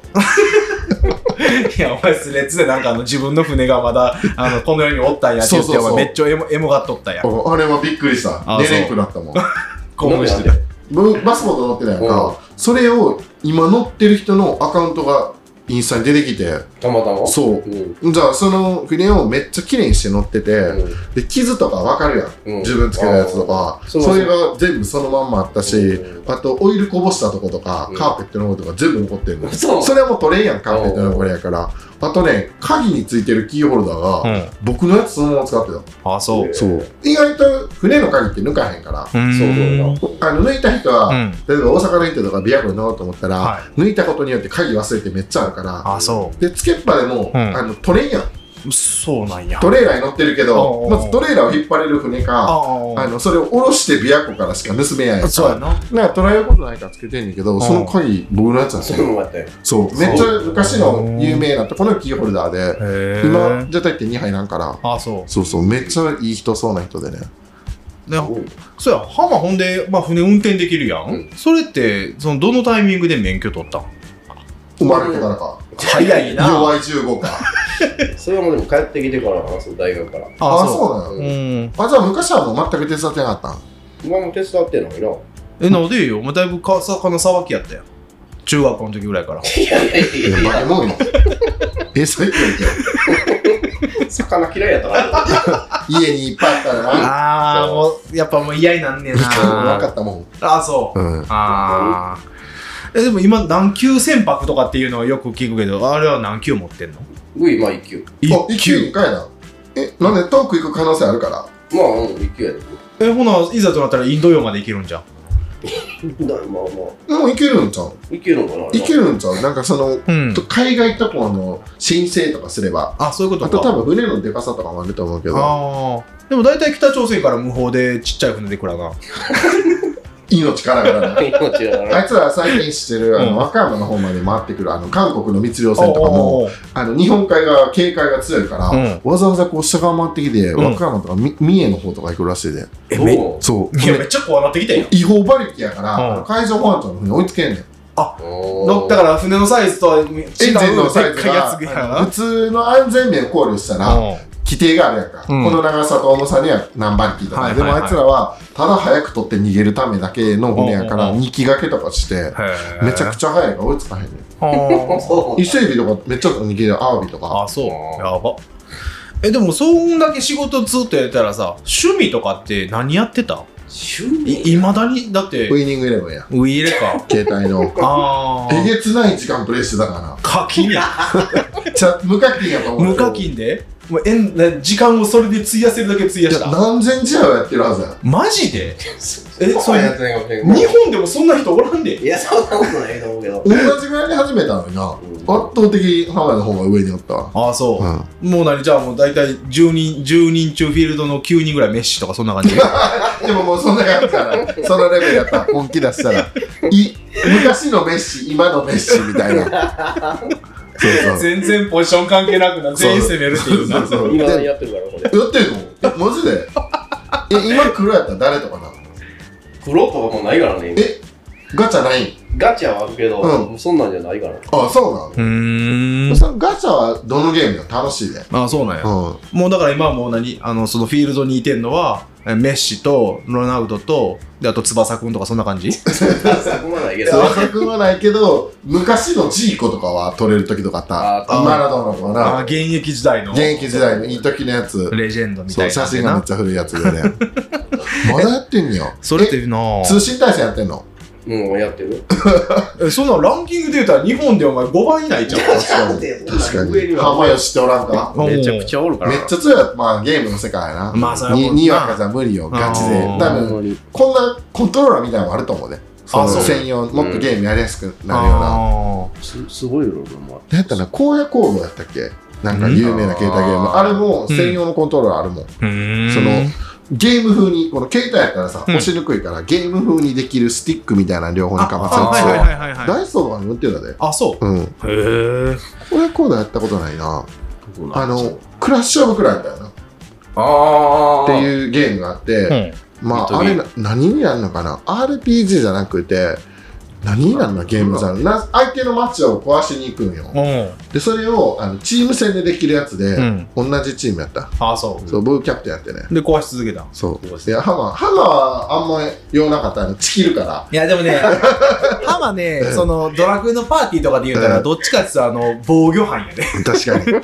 C: いや、お前、スレッズでなんかあの自分の船がまだあのこの世におったんやって言って、
B: そうそうそう
C: お前めっちゃエモエモがっとったんやん。
B: おあれはびっくりした。
C: あ
B: 寝れんくなったもん。
C: 興奮してた。
B: 僕バスボート乗ってない
D: うん
B: か、それを今乗ってる人のアカウントがインスタに出てきて、
D: たまたま
B: そうう。
D: ん。
B: じゃあその船をめっちゃ綺麗にして乗ってて、で傷とかわかるやん。
D: うん
B: 自分つけたやつとか、
D: うん
B: それが全部そのまんまあったし
D: う、ん
B: あとオイルこぼしたとことか、
D: うん
B: カーペットの方とか全部残ってるの。
D: そう
B: それはもう取れんやん、カーペットのこれやから。あとね、鍵についてるキーホルダーが、
C: ん。
B: 僕のやつそのまま使ってた。
C: あ、そう。う
B: そう。意外と船の鍵って抜かへんから、
C: ーん
D: そうそう
B: あの抜いた人は、
C: うん。
B: 例えば大阪の人とか琵琶湖に乗ろうと思ったら、
C: は
B: 抜いたことによって鍵忘れてめっちゃあるから、
C: あ、そ
B: で、つけっぱでも、
C: うん
B: あの取れんやん。
C: う。そうなんや。
B: トレーラーに乗ってるけど、
C: うん
B: まずトレーラーを引っ張れる船か、
C: あ
B: あ
C: あ
B: のそれを下ろして琵琶湖からしか盗めないや
C: あ、
B: つ
C: そうやな。
B: なんか捉えることないからつけてんねんけど、
C: ん
B: その鍵僕のやつなんで
D: そ
B: す
D: れ
B: よ
D: もあったよ。
B: そうめっちゃ昔の有名なとこのキーホルダー
C: へ
B: で今。じゃたいって2杯なんから
C: あ、そ
B: そうそうめっちゃいい人そうな人でね
C: う。ね、そうや、浜ほんで、まあ、船運転できるやん。
D: う
C: それって、その、どのタイミングで免許取ったん
B: 生まれてからか
C: 早い *laughs*
B: 弱い15か
D: それはもうでも帰ってきてからな、その大学から。
B: あそうなの
D: う。
C: うんん。
B: あじゃあ昔はもう全く手伝ってなかったん
D: 今も手伝ってんのにな。
C: え、なんでよ。お前だいぶか、魚騒ぎやったやん。中学校の時ぐらい *laughs* から。
D: いやいやいやい
B: バ
D: や、
B: ケモンやえそう言ってん
D: 魚嫌いやったな。 *laughs*
B: けど家にいっぱいあったらな
C: あ
D: ー
C: もう、やっぱもう嫌になんねえ
B: 一回もな
C: *laughs*
B: かったもん
C: あ、そう。
B: うん
C: ああ。え、でも今、何級船舶とかっていうのはよく聞くけど、あれは何級持ってんの
D: うい、まあ一級。
B: あ一級2回だえなんでトーク行く可能性あるから
D: まあ、うん、一級やで。
C: え、ほな、いざとなったらインド洋まで行けるんじゃん。
D: だまあまあ、
B: もういけるんちゃう
D: いけるのかな。
B: いけ
D: *laughs* る。
B: るんちゃうなんかその
C: うん
B: と海外渡航の申請とかすれば
C: あ、そういうこ
B: あ
C: と
B: と
C: か。
B: 多分船のでかさとかもあると思うけど
C: ああ。でも大体北朝鮮から無法でちっちゃい船で来らな。
B: 命からがらね
D: 命やから
B: あいつら最近してるあ
C: うん
B: の和歌山の方まで回ってくるあの韓国の密漁船とかもあの日本海側警戒が強いから、
C: うん
B: わざわざこう下側回ってきて
C: ん
B: 和歌山とかみ三重の方とか行くらしいで
C: え、
D: どう
C: め
B: そう
C: いや、めっちゃ怖なってきたやん。
B: 違法馬力やから、
C: うん
B: あの海上保安庁の船追いつけんねん
C: のだから船のサイズとは違うで
B: エンジンのサイズ
C: っかいや
B: が
C: つや
B: 普通の安全面を考慮したら、規定があるやんか、
C: うん
B: この長さと重さには何番機とか、
C: はいはいはい
B: でもあいつらはただ早く取って逃げるためだけの船や
C: う
B: か
C: ん
B: ら
C: うんうん
B: 2機掛けとかして
C: へ
B: めちゃく
C: ち
B: ちゃ早いから追いつかへんねん
C: ゃ。あー
D: そう
B: 伊勢海老とかめっちゃ逃げるアワビとか
C: あ、そう。やば。え、でも、そんだけ仕事ずっとやってたらさ、趣味とかって何やってた
D: 趣
C: いまだに、だって、
B: ウ
C: ウ
B: イニングイレブンや
C: ィ入れか。
B: 携帯の
C: あ
B: え
C: あ。
B: げつない時間プレイしてたか
C: 課金や。
B: らじゃ無課金やと思う
C: 無課金でもうえんね時間をそれで費やせるだけ費や
B: いや
C: した
B: 何千試合はやってるはずや
C: マジでえ
D: そ
C: そうう
D: や
C: や
D: ってないかもしれんけ
C: 日本でもそんな人おらんで
D: どいやそんなことないと思うけど
B: 同じぐらいに始めたのにな圧倒的にハワイの方が上におったわ
C: ああそう、
B: うん
C: もう何じゃあもう大体10人10人中フィールドの9人ぐらいメッシとかそんな感じ
B: でももうそんなやつ
D: *laughs*
B: から、そのレベルやったら本気出した *laughs* ら、い昔のメッシ、今のメッシみたいな。そうそう。
C: 全然ポジション関係なくな全員攻めるっていうな
B: そうそう
D: 今
B: でや
D: やってるからこれ
B: ってるのマジでえ、今黒やったら誰とかな
D: 黒とかもないからね今
B: えガチャない
D: ガチャはあるけど、
B: うん
D: もうそんなんじゃないから
B: あ、そうなの
C: う、ーん
B: そのガチャはどのゲームが楽しいで。
C: ああそうなんや、
B: うん。
C: もうだから今はもう何あのそのフィールドにいてんのはえメッシとロナウドとであと翼くんとかそんな感じ
B: *laughs*
D: そこまでないけど
B: 翼くんはないけど、昔のジーコとかは取れる時とかあっ
D: あ
B: た。
D: ー
B: マラドーナとか
C: ああ
B: な。
C: 現役時代の
B: 現役時代のいい時のやつ。
C: レジェンドみた
B: そ、
C: いうな
B: 写真がめっちゃ古いやつ
C: *laughs*
B: でね。まだやってんのよ。
C: それってな
B: え通信対戦やってんの
D: もうやってる
C: えそんなんランキングデータ日本でお前5倍以内じゃん
D: なんで
B: 確か
D: 上に
B: に。
D: は
B: 浜吉っておらんか
D: めちゃくちゃおるから
B: めっちゃ強いやつ。まあゲームの世界やな。
C: まあそれは
B: に
C: もう
B: にわかじゃ無理よ、
C: あー
B: ガチで。多
D: ほんま
B: 分、
D: に
B: こんなコントローラーみたいなのもあると思うね。その
C: そう
B: 専用、もっとゲームやりやすくなるような。
C: あ
D: すすごいよなお前
B: なんやったら、荒野行動やったっけなんか有名な携帯ゲー
D: う
B: ム。
D: ん
B: あれも専用のコントローラーあるもん。
C: ー
B: そのゲーム風に、この携帯やったらさ、
C: うん
B: 押しにくいから、ゲーム風にできるスティックみたいなの両方にかませ
C: あはいはいはいはい
B: ダイソーとかに売ってるんだね。
C: あそう
B: うん。
C: へえ
B: 俺コードやったことないな。あの、クラッシュオブクライみたいな。っ
D: あ
B: て
D: う
B: いうゲームがあって、まあ、あ
D: 本当
B: れ
D: に
B: な、何になるのかな ?RPG じゃなくて、何になるのゲームじゃん。な相手の街を壊しに行くんよ。
C: うん
B: で、それをあのチーム戦でできるやつで、
C: うん
B: 同じチームやった。
C: あそう
B: そう、僕キャプテンやってね。
C: で壊し続けた
B: そう。いや、ハマ、ハマはあんま用なかったの。チキるから。
C: いやでもね *laughs* ハマねそのドラクエのパーティーとかで言うた
B: う
C: ら
B: ん
C: どっちかっていうとあの防御班やね
B: 確かに。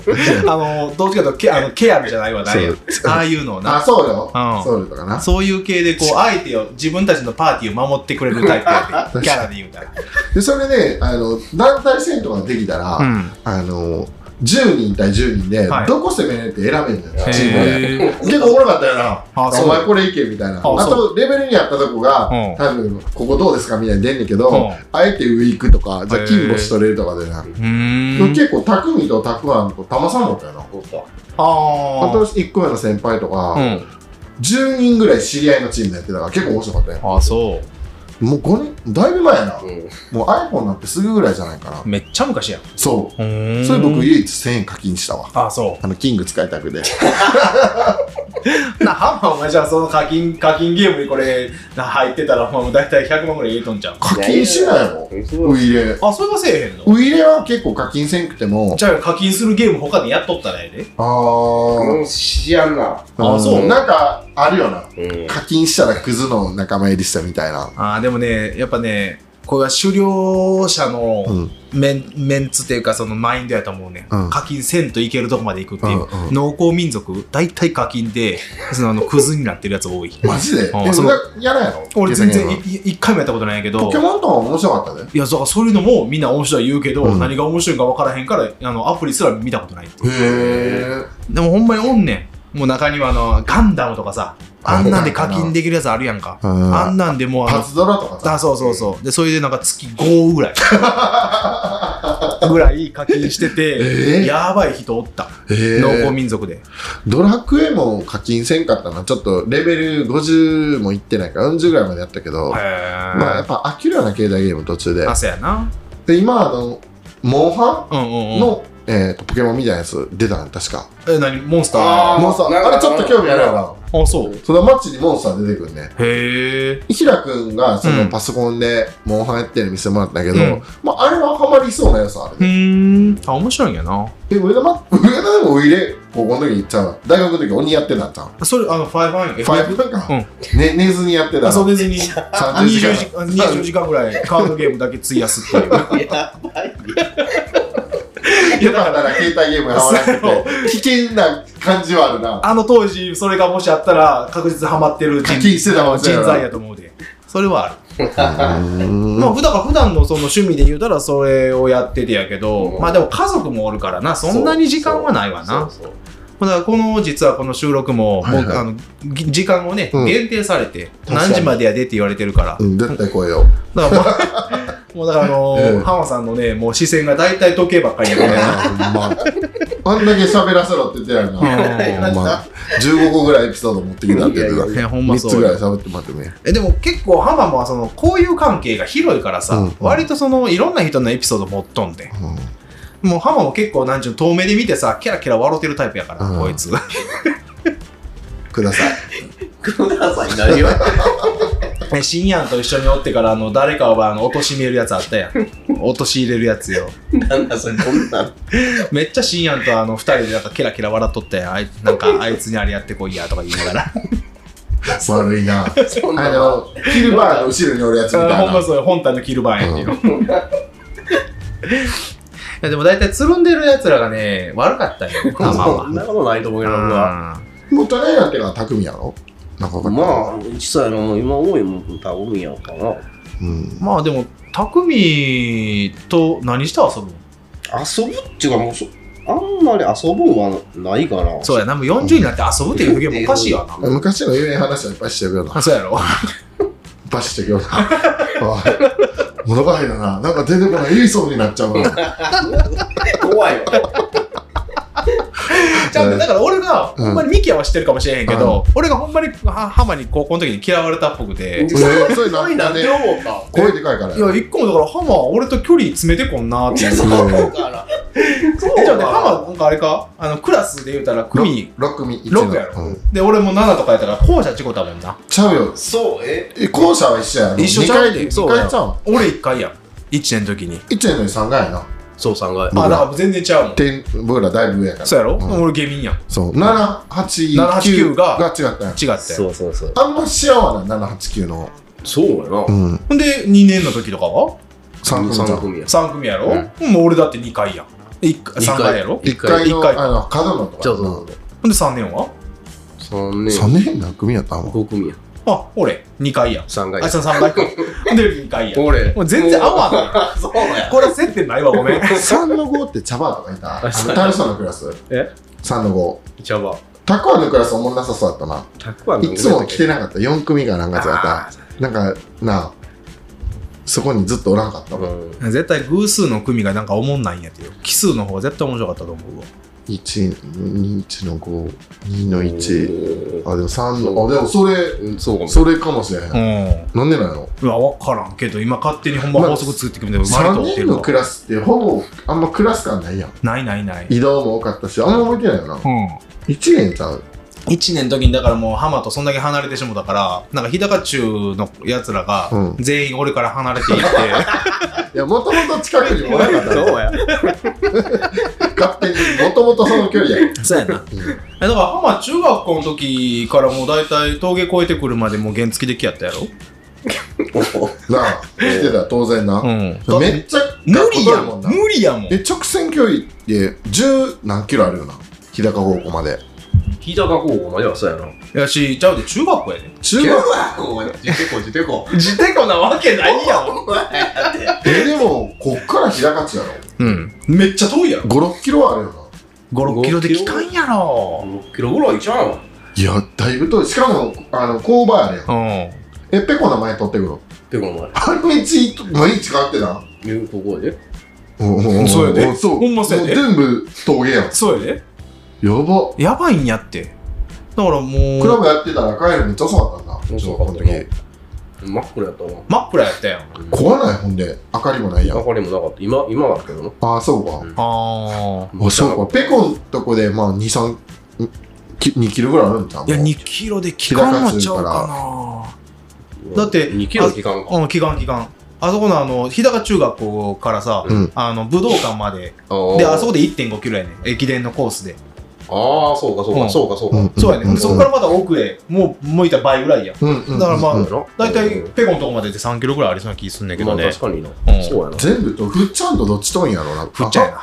C: あのどっちかというとケあのケアルじゃないわないよああいうのを
B: *laughs* あ、
C: な
B: そうよ。
C: うん
B: ソウルとかな。
C: そういう系でこう相手を自分たちのパーティーを守ってくれるタイプ
B: *laughs*
C: やねキャラで言うたら
B: で、それで、あの、団体戦とかできたら、
C: ん
B: あの10人対10人で、
C: はい
B: どこ攻めれるって選べるんだよ、チームで。
C: へえ
B: 結構おもろかったよな。
C: あそう
B: お前これいけみたいな。あ
C: あそ
B: と、レベルにあったとこが、
C: うん
B: 多分、ここどうですかみたいに出んねんけど、
C: うん
B: あえて上行くとか、じゃあ
C: へー
B: 金星取れるとかでな。
C: うーん
B: 結構、匠とたくあんと玉さんもったよな。
C: あ
B: 私1個目の先輩とか、
C: あうん
B: 10人ぐらい知り合いのチームでやってたから、結構面白かったよ。
C: あそう
B: もう5年、だいぶ前やな。
D: うん
B: もう iPhone になってすぐぐらいじゃないかな。
C: めっちゃ昔やん
B: そう
C: ー
B: う。
C: ん
B: それ僕唯一1000円課金したわ。
C: あそう
B: あの、キング使いたくて。
C: なハンマーお前じゃあその課金課金ゲームにこれな入ってたらお前もう大体100万ぐらい入れとんじゃん
B: 課金しないの
D: いやいやそう
B: ウイレウ
C: あそれはせえへんの
B: イレは結構課金せんくても
C: じゃあ課金するゲーム他でやっとったらええで
B: あ
D: う
B: ー
D: ん知らんな
C: あそう
B: なんかあるよな
D: うん
B: 課金したらクズの仲間入りしたみたいな
C: あーでもねやっぱねこれは狩猟者の
B: うん
C: メン,、メンツっていうかそのマインドやと思うね、
B: うん
C: 課金せんといけるとこまで行くっていう、
B: うんうん
C: 農耕民族大体課金でそのあのクズになってるやつ多い
B: マジで
C: あ
B: え
C: そ
B: そ
C: の
B: れやらんやろ
C: 俺全然
B: ゲー
C: い
B: ム
C: い一回もやったことないけど
B: ポケモンとかも面白かったで
C: いやだからそういうのもみんな面白い言うけど、
B: うん
C: 何が面白いんか分からへんからあのアプリすら見たことないっていう
B: へえ
C: でもほんまにおんねん。もう中にはあの、ガンダムとかさ、あんなんで課金できるやつあるやんか。
B: うん
C: あんなんでもうあ
B: パ
C: の、
B: ズドラとかさ
C: あ、そうそうそう。で、それでなんか月5ぐらい。ぐらい課金してて、
B: *laughs* えー
C: やばい人おった。
B: へ
C: 農耕
B: え
C: 民族で。
B: ドラクエも課金せんかったなちょっとレベル50もいってないから40ぐらいまでやったけど
C: へ
B: まあやっ
C: ぇ
B: ぱ飽きるような携帯ゲーム途中で
C: あ、そうやな。
B: で今あのモンハ
C: うんうんう
B: ン
C: ん。
B: のえーとポケモンみたいなやつ出たん確か
C: え、何モンスター
D: あ
C: あ、
B: モンスター、
D: なんか
B: あれちょっと興味あるよな。
C: そう。
B: そのマッチにモンスター出てくるね。
C: へぇ
B: ひらくんがそうの
C: ん
B: パソコンでモンハンやってるの見せてもらったけど、
C: うん
B: まあ、あれはハマりそうなやつある
C: うー
B: ね。
C: ん。あ、面白いんやな。
B: え、上田ま、上田でもおいれ、高校の時にちゃう大学の時鬼やってたんちゃう
C: それ、あの、ファイファイン。
B: ファイブなんか、ね、寝ずにやってた
C: あ、そう
B: の。
C: 別に。
B: 30時
C: 20
B: 間。
C: 時間20時間ぐらいカードゲームだけ費やすっていう。
D: やばい
B: よかったら携帯ゲームがハマらなくて、危険な感じはあるな。
C: あの当時、それがもしあったら、確実にハマってる人
B: 課金してたもんね
C: 人材やと思うで。それはある。
B: うん
C: まあ、普段普段のその趣味で言うたら、それをやっててやけど、
D: うん
C: まあでも家族もおるからな、そんなに時間はないわな。
D: そうそう
C: だからこの実はこの収録ももう、
B: はいはい
C: あのぎ時間をね、
B: うん
C: 限定されて
B: 確かに
C: 何時までやでって言われてるから
B: うん、絶対来いよ。
C: *laughs* だからもうもうだからあのー
B: ええ
C: 浜さんのねもう視線が大体時計ばっかりやから
B: あんまあんだけ喋らせろって言ってたやんな。
C: ね
B: ほんま15個ぐらいエピソード持ってきたって言ってた。
C: *laughs* いやほんま
B: 3
C: そ
B: つ
C: う
B: ぐ
C: よ
B: らい喋ってもらってもいい。
C: えでも結構浜もその交友関係が広いからさ、
B: うん
C: 割とそのいろんな人のエピソード持っとんで
B: うん
C: もう浜も結構なんちゅうの遠目で見てさキャラキャラ笑ってるタイプやから、
B: うん
C: こいつ
B: ください。
C: *laughs*
D: ください、何を。
C: ね深夜と一緒におってからあの誰かをあの貶めるやつあった *laughs* やん陥れるやつよ
D: なんだ、それ、こんなん。
C: めっちゃ深夜とあの二人でなんかキラキラ笑っとったやんあいなんかあいつにあれやってこいやとか言いながら
B: 悪いな。
D: そん
B: あ
D: なの。
B: の、キルバーの後ろにおるやつみた
C: *laughs* ほ
B: い
C: ん
B: な
C: ま。 *laughs* そうよ本体のキルバーンやんけどいやでも大体つるんでるやつらがね悪かったよ *laughs* 浜
D: そ
C: は
D: んなことないと思うけどな。
C: うん
B: もう隣になってから匠やろなんかわかんない
D: まあ、実際のもう今多いもん、多分やんかな。
B: うん。
C: まあでも、匠と何して遊ぶの
D: 遊ぶっていうか、もうそ、あんまり遊ぶんはないかな。
C: そうやな、もう40になって遊ぶっていう表現もおかしいわな。
D: *laughs*
B: 昔の有名話はいっぱいしてくよな。いっ
C: *laughs* あ、そうやろ。
B: ぱいしてくよな。おい物語だな。なんか出てこない。言いそうになっちゃう
C: *laughs*
B: な。
D: 怖いわ。
C: *laughs* ちゃんと、だから俺が、
B: うん
C: ほんまにミキヤは知ってるかもしれへんけど、俺がほんまには浜に高校の時に嫌われたっぽくて。
B: えそれ
D: 怖い
B: な
D: なんん
B: で
D: て思った。
B: 声でかいから
C: いや、一個もだから浜は俺と距離詰めてこんなーっ
D: い
C: てい *laughs*
D: や
C: う。
D: そうかな。そう
C: え、じゃあね、
D: かな。
C: 浜なんかあれかあの、クラスで言うたら組、
B: 6組1
C: 6やろ。で、俺も7とかやったから、校舎事故たもんな。
B: ちゃうよ
D: そう、え
B: え校舎は一緒やろ
C: 一緒
B: 2
C: ちゃう
B: 回
C: で
B: で
C: そう
B: 2回ちゃうの
C: 俺1回やん。1年の時に。
B: 1年のに3回やな
D: そうさんが。
C: あ、だから全然ちゃうもん。
B: 点僕らだいぶ上やから
C: そうやろ
B: うん
C: 俺下民やん。違
B: そう789
C: 789が
B: が違ったやん
C: ったよ。
D: うそうそう。
B: あんま幸せな789の
D: そうやな
B: う。ん
C: ほんで、2年の時とかは
B: 3組ちゃ
D: 三
B: う
D: 組や。
C: 3組やろ、
D: う
C: もう俺だって2回やん3回やろ
B: 1回
C: 一
B: の
C: 回
B: あの角野とか
D: そうそう
C: ほんで3年は
D: そう。3
B: 3
D: 年。
B: 年何組やったん
D: 5組や。
C: あ俺2回やん
D: 3
C: あい
D: 回
C: つ。の3回かほんで2回やん
D: 俺。
C: もう全然合わんのよ
D: ん。そうや。
C: これ接点ないわごめん *laughs*
B: *laughs* 3の5って茶葉とかいたあのタルさんのクラス
C: え
B: 3の5
D: じゃあ、
B: タコアのクラスおもんなさそうだったな
D: たくあん
B: いつも来てなかった4組がなんかやったなんかなあそこにずっとおらんかった
D: うん。
C: 絶対偶数の組がなんかおもんないんやってよ奇数の方が絶対面白かったと思うわ
B: 1、1の5、2の1。
D: 1。
B: あ、でも3の、あ、でもそれ、
D: うん、そうかも。
B: それかもしれへん。
C: うん
B: なんでなの
C: うわ分からんけど今勝手にほんま
B: まあ
C: 法則作ってくれても割と
B: ?3
C: 合って
B: 人
C: る
B: の
C: わ
B: クラスってほぼあんまクラス感ないやん。
C: ないないない
B: 移動も多かったし、あんま覚えてないよな。
C: うん
B: 1年ちゃう。
C: 1年の時にだからもう浜とそんだけ離れてしもたからなんか日高中のやつらが
B: うん
C: 全員俺から離れていって、 *laughs*
B: いや、もともと近くにもなかった
D: そうや。
B: 勝手に、もともとその距離やん。
C: そうやな。えだから浜中学校の時からもう大体峠越えてくるまでもう原付きで来やったやろ
D: *laughs*
B: なあ、来てたら当然な。
C: ん
B: めっちゃ、
C: 無理や
B: 学校遠い
C: もん
B: な。
C: 無理やもん
B: え、直線距離って10何キロあるよな。日高方向まで。
D: 日高高校まではそうやな。
C: やしちゃうで中学校やで
B: 中学
D: 高校自てこ自てこ。
C: 自てこなわけないやん
B: え、でも、こっから日高地やろ。
C: うんめっちゃ遠いやろ
B: 5、6キロはあるよな。
C: 56キロで来たんやろ
D: 6キロぐらいちゃうん。
B: いや、だいぶ遠い。しかも、あの、勾配あるやん。
C: うん
B: え、ペコの前取ってくる。
D: てこの
B: あの位置、毎日変わってな。
D: 前。いう高校で。
C: そうやで
B: そう。
C: ほんまそうやで
B: も全部峠やん。や
C: そうやで
B: ば。
C: やばいんやってだからもう
B: クラブやってたら帰るめっちゃ遅かったんだ。
D: 遅
B: 小
D: か
B: 学
D: っ
B: 校
D: た
B: の
D: な
B: 時。
D: 真っ暗やったわ。
C: 真っ暗やったやん
B: 壊ない、ほんで。明かりもないやん
D: 明。かりもなかった。今、今だけどな。
B: ああ、そうか。
C: あ
B: あ、そうか。ペコんとこで、まあ、2、3、き2キロぐらいあるんちゃう
C: あいや
B: もう
C: 2キロで来かんのちゃうかだって
D: 2キロ期間か。
C: なうん祈願祈願あそこのあの日高中学校からさ、
B: うん
C: あの武道館まで
D: あ
C: であそこ
D: で。
C: で1 5キロやねん駅伝のコースで
D: ああ、そうか、そう
C: う
D: か、
C: ん
D: そうか、そう
B: うん
D: か。
C: そうやね、
B: うん
C: そこからまた奥へもう向いた倍ぐらいや
B: うんうんうん。
C: だからまあ
B: うん
D: そうや
C: 大
D: な
C: 体
D: うん
C: ペコのとこまでで3キロぐらいありそうな気すんねんけ
D: ま
C: ど
D: あ
C: ね
D: 確かにな
C: う。ん
D: そうやな。
B: 全部と、ふっちゃんとどっち遠いんやろな。
C: ふっちゃやな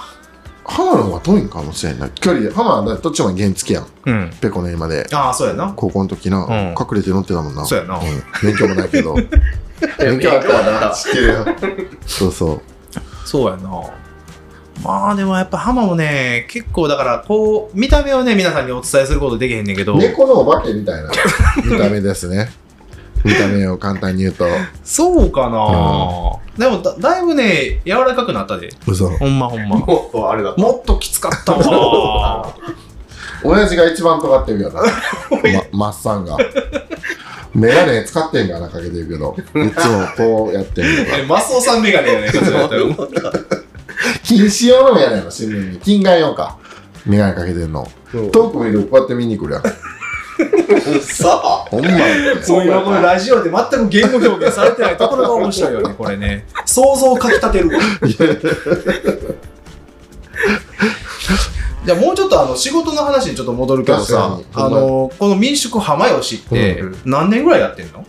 B: 浜の方が遠いんかもしれんない。距離で、浜はだってどっちも原付やん。
C: うん
B: ペコの家まで。
C: ああそうやな
B: 高校の時な、
C: うん
B: 隠れて乗ってたもんな
C: そうやな
B: 勉強もない
C: *laughs*
B: けど勉強あったらな知ってるよそうそう
C: そうやなまあでもやっぱ浜もね、結構だから、こう、見た目をね、皆さんにお伝えすることできへんねんけど、
B: 猫のお化けみたいな見た目ですね。見た目を簡単に言うと、
C: そうかな、でもだだいぶね、柔らかくなったで。
B: 嘘。
C: ほんまほんま。
D: もっとあれだ。
C: もっときつかったわ。
B: 親父が一番尖ってるよな。ま、マッサンが。メガネ使ってんかな、かけてるけど。いつもこうやってるのが。
C: *laughs* えマスオさんメガネやねん、それだったら *laughs*
B: 禁止用のメガネやろ、新聞に。金眼用か。メガネかけてんの。遠く見るとこうやって見に来るやん。
D: さあ。
B: ほんま。
C: *laughs* そう今このラジオで全く言語表現されてないところが面白いよね、これね。想像をかきたてるわ。じゃあもうちょっとあの仕事の話にちょっと戻るけどさ、
B: 確かに
C: あのこの民宿浜吉って
B: うん
C: 何年ぐらいやってんの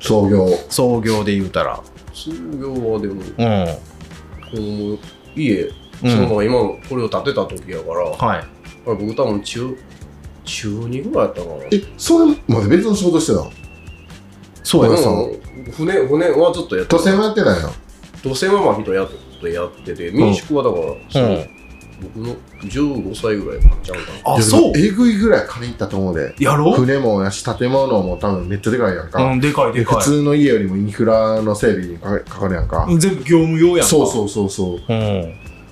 B: 創業。
C: 創業で言うたら。
D: 創業はで
C: う
D: も、
C: ん。
D: 子供、家、
C: うん
D: そのまま今のこれを建てた時やから、
C: はい。
D: あれ僕多分中、中2ぐらいやったかな。
B: え、それまで別の仕事してたの
C: そ
B: や
D: そ船、船はちょっとやって
B: 都線はやってたんよ。
D: 土星ママ人やっとやってて、民宿はだから、その僕の15歳ぐらいかなちゃう
C: あ、
D: か
B: いやでも
C: そう
B: えぐいぐらい金いったと思うで。
C: やろう
B: 船もやし、建物も多分めっちゃでかいやんか。
C: うん、でかいでか
B: 普
C: い。
B: 通の家よりもインフラの整備にかかかるやんか、
C: 全部業務用やんか。。
B: そうそうそうそう
C: うん。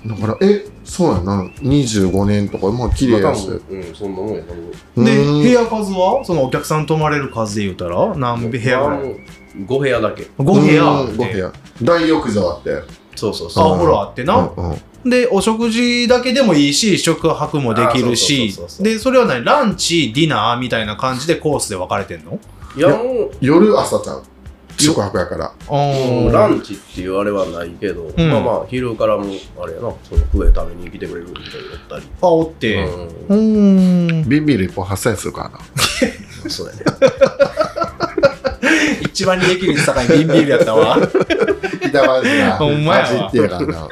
B: うだからえそうやんな25年とかまあ綺麗
D: な。まあ
B: や
D: 多
B: し、
D: 分、うん、そんなもんやと思う。
B: う
C: で、
B: ーん
C: 部屋数はそのお客さん泊まれる数で言うたら何部屋ぐらい
D: 5部屋だけ。
C: ?5 部屋あ
B: う
C: っ
B: ーん
C: て。
B: 五部屋大浴場あって
D: そうそうそ
C: あ、
D: う。
C: お風呂あってな。
B: うんうん
C: で、お食事だけでもいいし、宿泊もできる
D: あ
C: し
D: そうそうそうそ、う
C: で、それは何ランチ、ディナーみたいな感じでコースで分かれてんの
D: いや、も
B: 夜朝ちゃん宿泊やから
D: う、
C: あ
D: ランチっていうあれはないけど、
C: ん
D: まあまあ、昼からも、あれやな、その食え食べに来てくれるみたいにおったり。
C: あ、おって。
D: う、
C: うーん。
B: ビンビール1本8000円す
C: *laughs*
B: るからなん
D: そうやね。
C: 一番利益率高い瓶ビールやった
D: *laughs*
C: わ。
B: 板橋が
C: ほんまやわ
B: 走ってやからな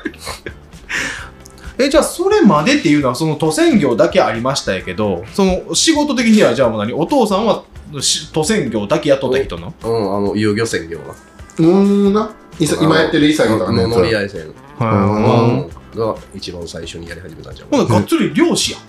C: え、じゃあ、それまでっていうのは、その、都専業だけありましたやけど、その、仕事的には、じゃあもう何お父さんは、し都専業だけ雇った人なの
D: うん、あの、遊漁船業な。
B: うーんないさ今やってるイサギとかね
D: の乗り合い船
B: ん
D: うんが一番最初にやり始めたんじゃん。
C: ほんならがっつり漁師やん。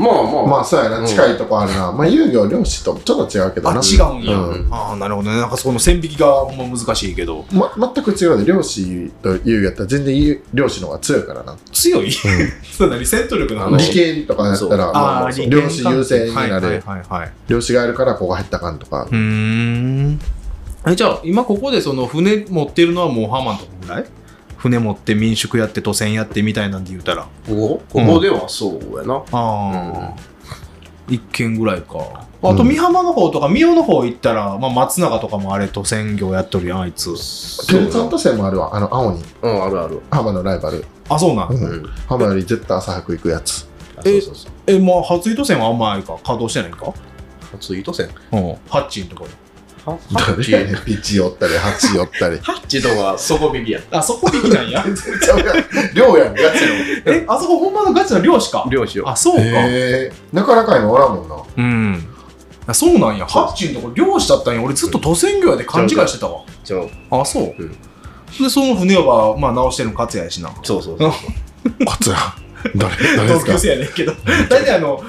D: まあまあ、
B: まあそうやな、
D: うん
B: 近いとこあるなまあ遊業漁師とちょっと違うけどな
C: あ、違うんや。
B: うん
C: ああ、なるほどね。なんかそこの線引きがほんま難しいけど。
B: ま、全く違うで漁師と遊漁やったら全然遊漁師の方が強いからな
C: 強い、 *laughs* そう何戦闘力の
D: あの
C: 話
B: 理系とかやった
D: そう
B: ら、
C: あ
B: ま
C: あ
B: あ
C: ー、理
B: 漁師優勢に
C: はい
B: な
C: はい
B: る。
C: はいはい。
B: 漁師がいるから、ここが入ったかんとか
C: う。ーん。え、じゃあ、今ここでその船持ってるのはもうハマンとこぐらい船持って民宿やって、都船やってみたいなんで言うたら。あ
D: ここここではそうやな。
C: あー、一軒ぐらいか。あと、美浜の方とか、美代の方行ったら、まあ、松永とかもあれ、都船業やっとるやん、あいつ。
B: ケルツァン都線もあるわ。あの、青に。
D: うん、あるある。
B: 浜のライバル。
C: あ、そうなん。
B: うん浜より絶対朝早く行くやつ。
D: あそうそうそう。
C: え、まあ、初井都船はあんまあれか、稼働してないか。
D: 初糸線。
C: うん。ハッチンとか。
D: ハッチ。
B: 誰やねん1おったり、8おったり。
D: ハッチとか底引きや。
C: あ、そこ引きなん
B: *laughs*
C: や。
B: ちゃうやん漁やん、ガチの。
C: え、あそこほんまのガチの漁師か。
D: 漁師を。
C: あ、そうか。
B: へえ。なかなか今おらんもんな。
C: うん。あそうなんや。ハッチンとか漁師だったんや。俺ずっと都船業やで勘違いしてたわ。
D: じゃあ、
C: あ、そう。
D: うん
C: で、その船は、まあ、直してるの勝也やしな。
D: そうそうそう。
B: こつら。誰、誰で
C: 同
B: す
C: 級
B: か
C: 生やねんけど。大体あの、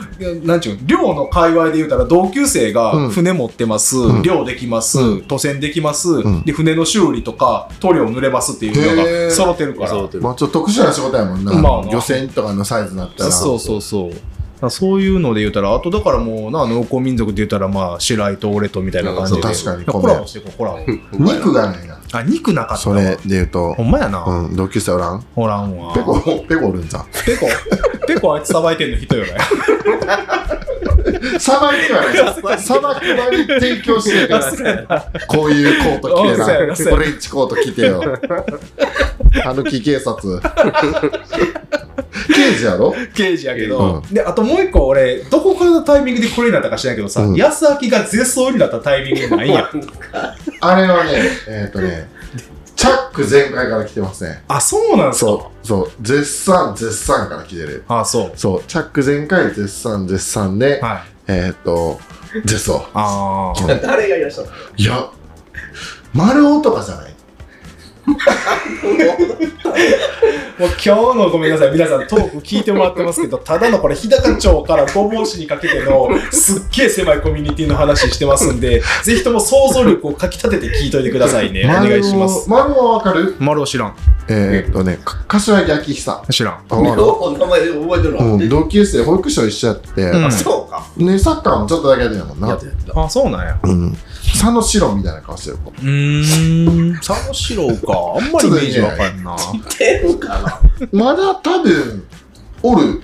C: なんちゅうの、漁の界隈で言うたら、同級生
B: う
C: が
B: ん
C: 船持ってます、
B: うん
C: 漁できます、
B: う
C: 渡船できます、
B: ん
C: で、船の修理とか、塗料塗れますっていうの
B: へー
C: が揃ってるから。
D: そうそう
B: まあちょっと特殊な仕事やもんな
C: まあ。な
B: 漁船とかのサイズになったら。
C: そうそうそう。だからそういうので言うたら、あとだからもうな、農耕民族で言うたら、まあ、白井と俺とみたいな感じで。
B: うんそう確かに
C: コラボしていこう、コラボ。
B: 肉がないな。
C: あ、肉なかった
B: そ
C: わ
B: れで言うと
C: ほ。んまやな。
B: うん、同級生おらん
C: おらんわ。
B: ペコ、ペコおるんじゃん。
C: ペコ。ペコあいつさばいてんの人よね。
B: さばきは
C: *laughs*
B: ね、さばき場に提供してるこういうコー
C: そ
B: ト着て
C: うやなそうや
B: な、
C: な
B: オレンジコート着てよ。たぬき警察。 *laughs* 刑事やろ
C: 刑事やけど。
B: う
C: で、あともう一個俺、どこからのタイミングでこれになったか知らんけどさ、
B: うん
C: 安明が絶賛になったタイミングない
B: *laughs*
C: やん。
B: あれはね、えっ、とね、チャック全開から来てますね。
C: あ、そうなんすか
B: そう、そう、絶賛、絶賛から来てる。
C: あ、そう。
B: そう、チャック全開、絶賛、絶賛で、
C: はい。
B: えっ、と、絶賛。
C: あー。
D: 誰がいらっしゃった
B: いや、丸尾とかじゃない
C: もう今日のごめんなさい、皆さんトーク聞いてもらってますけど、ただのこれ、日高町から御坊市にかけて *laughs* の、すっげえ狭いコミュニティの話してますんで、ぜひとも想像力をかき立てて聞いといてくださいね。お願いします。
B: 丸はわかる
C: 丸を知らん。
B: えーっとね、か柏木明久。
C: 知らん。
B: あわかる
D: 名前覚えてるの、
B: うん、同級生、保育所一緒やって、
C: うん
D: そうか。
B: ね、サッカーもちょっとだけやってんやもん
D: や
B: な
D: っ。てた。
C: あ、そうなんや。
B: うん。佐野史郎みたいな顔してる子。
C: うーん。佐野史郎か。あんまりイメージわかんな。
D: てるかな。
B: まだ多分、おる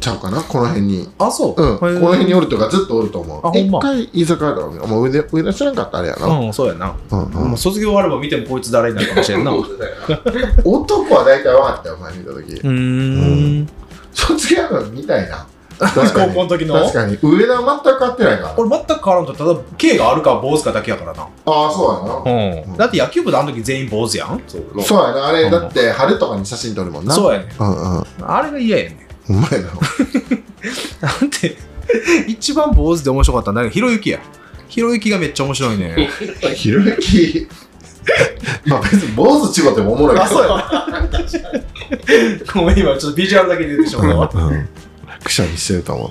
B: ちゃうかな、この辺に。
C: あ、そう。
B: うん、この辺に
C: う
B: おるとかずっとおると思
C: あ
B: う。
C: ほん
B: 一
C: ま
B: 回居酒屋だろ、もう上で上田知らんかったあれやな。
C: ん、そうやな。
B: うんうん
C: もう卒業終われば見てもこいつ誰になるかもしれんな。う
B: 男は大体分かったよ、前見たとき。
C: ーん。
B: 卒業論みたい
C: *laughs*
B: な。確か
C: 高
B: に
C: 校の時の。
B: 確かに。上田全く合ってないから。
C: 俺全く変わらんと、ただ、K があるか坊主かだけやからな。
B: ああ、そうやな。
C: うん。だって野球部であの時全員坊主やん。
D: そう
B: そうやな、あ
C: う
B: れ、
C: ん
B: だって春とかに写真撮るもんな。
C: そうやねん。
B: うんうん。う
C: あれが嫌やねん。
B: まいな。
C: なんて、 *laughs* 一番坊主で面白かったんだけど、ひろゆきや。ひろゆきがめっちゃ面白い *laughs* ね。
B: ひろゆき。 *laughs* まあ別に坊主違ってもおもろいけど。
C: うや。 *laughs* ごめん、今ちょっとビジュアルだけで出てしまったわ。
B: うんうんくしゃみしてると思う。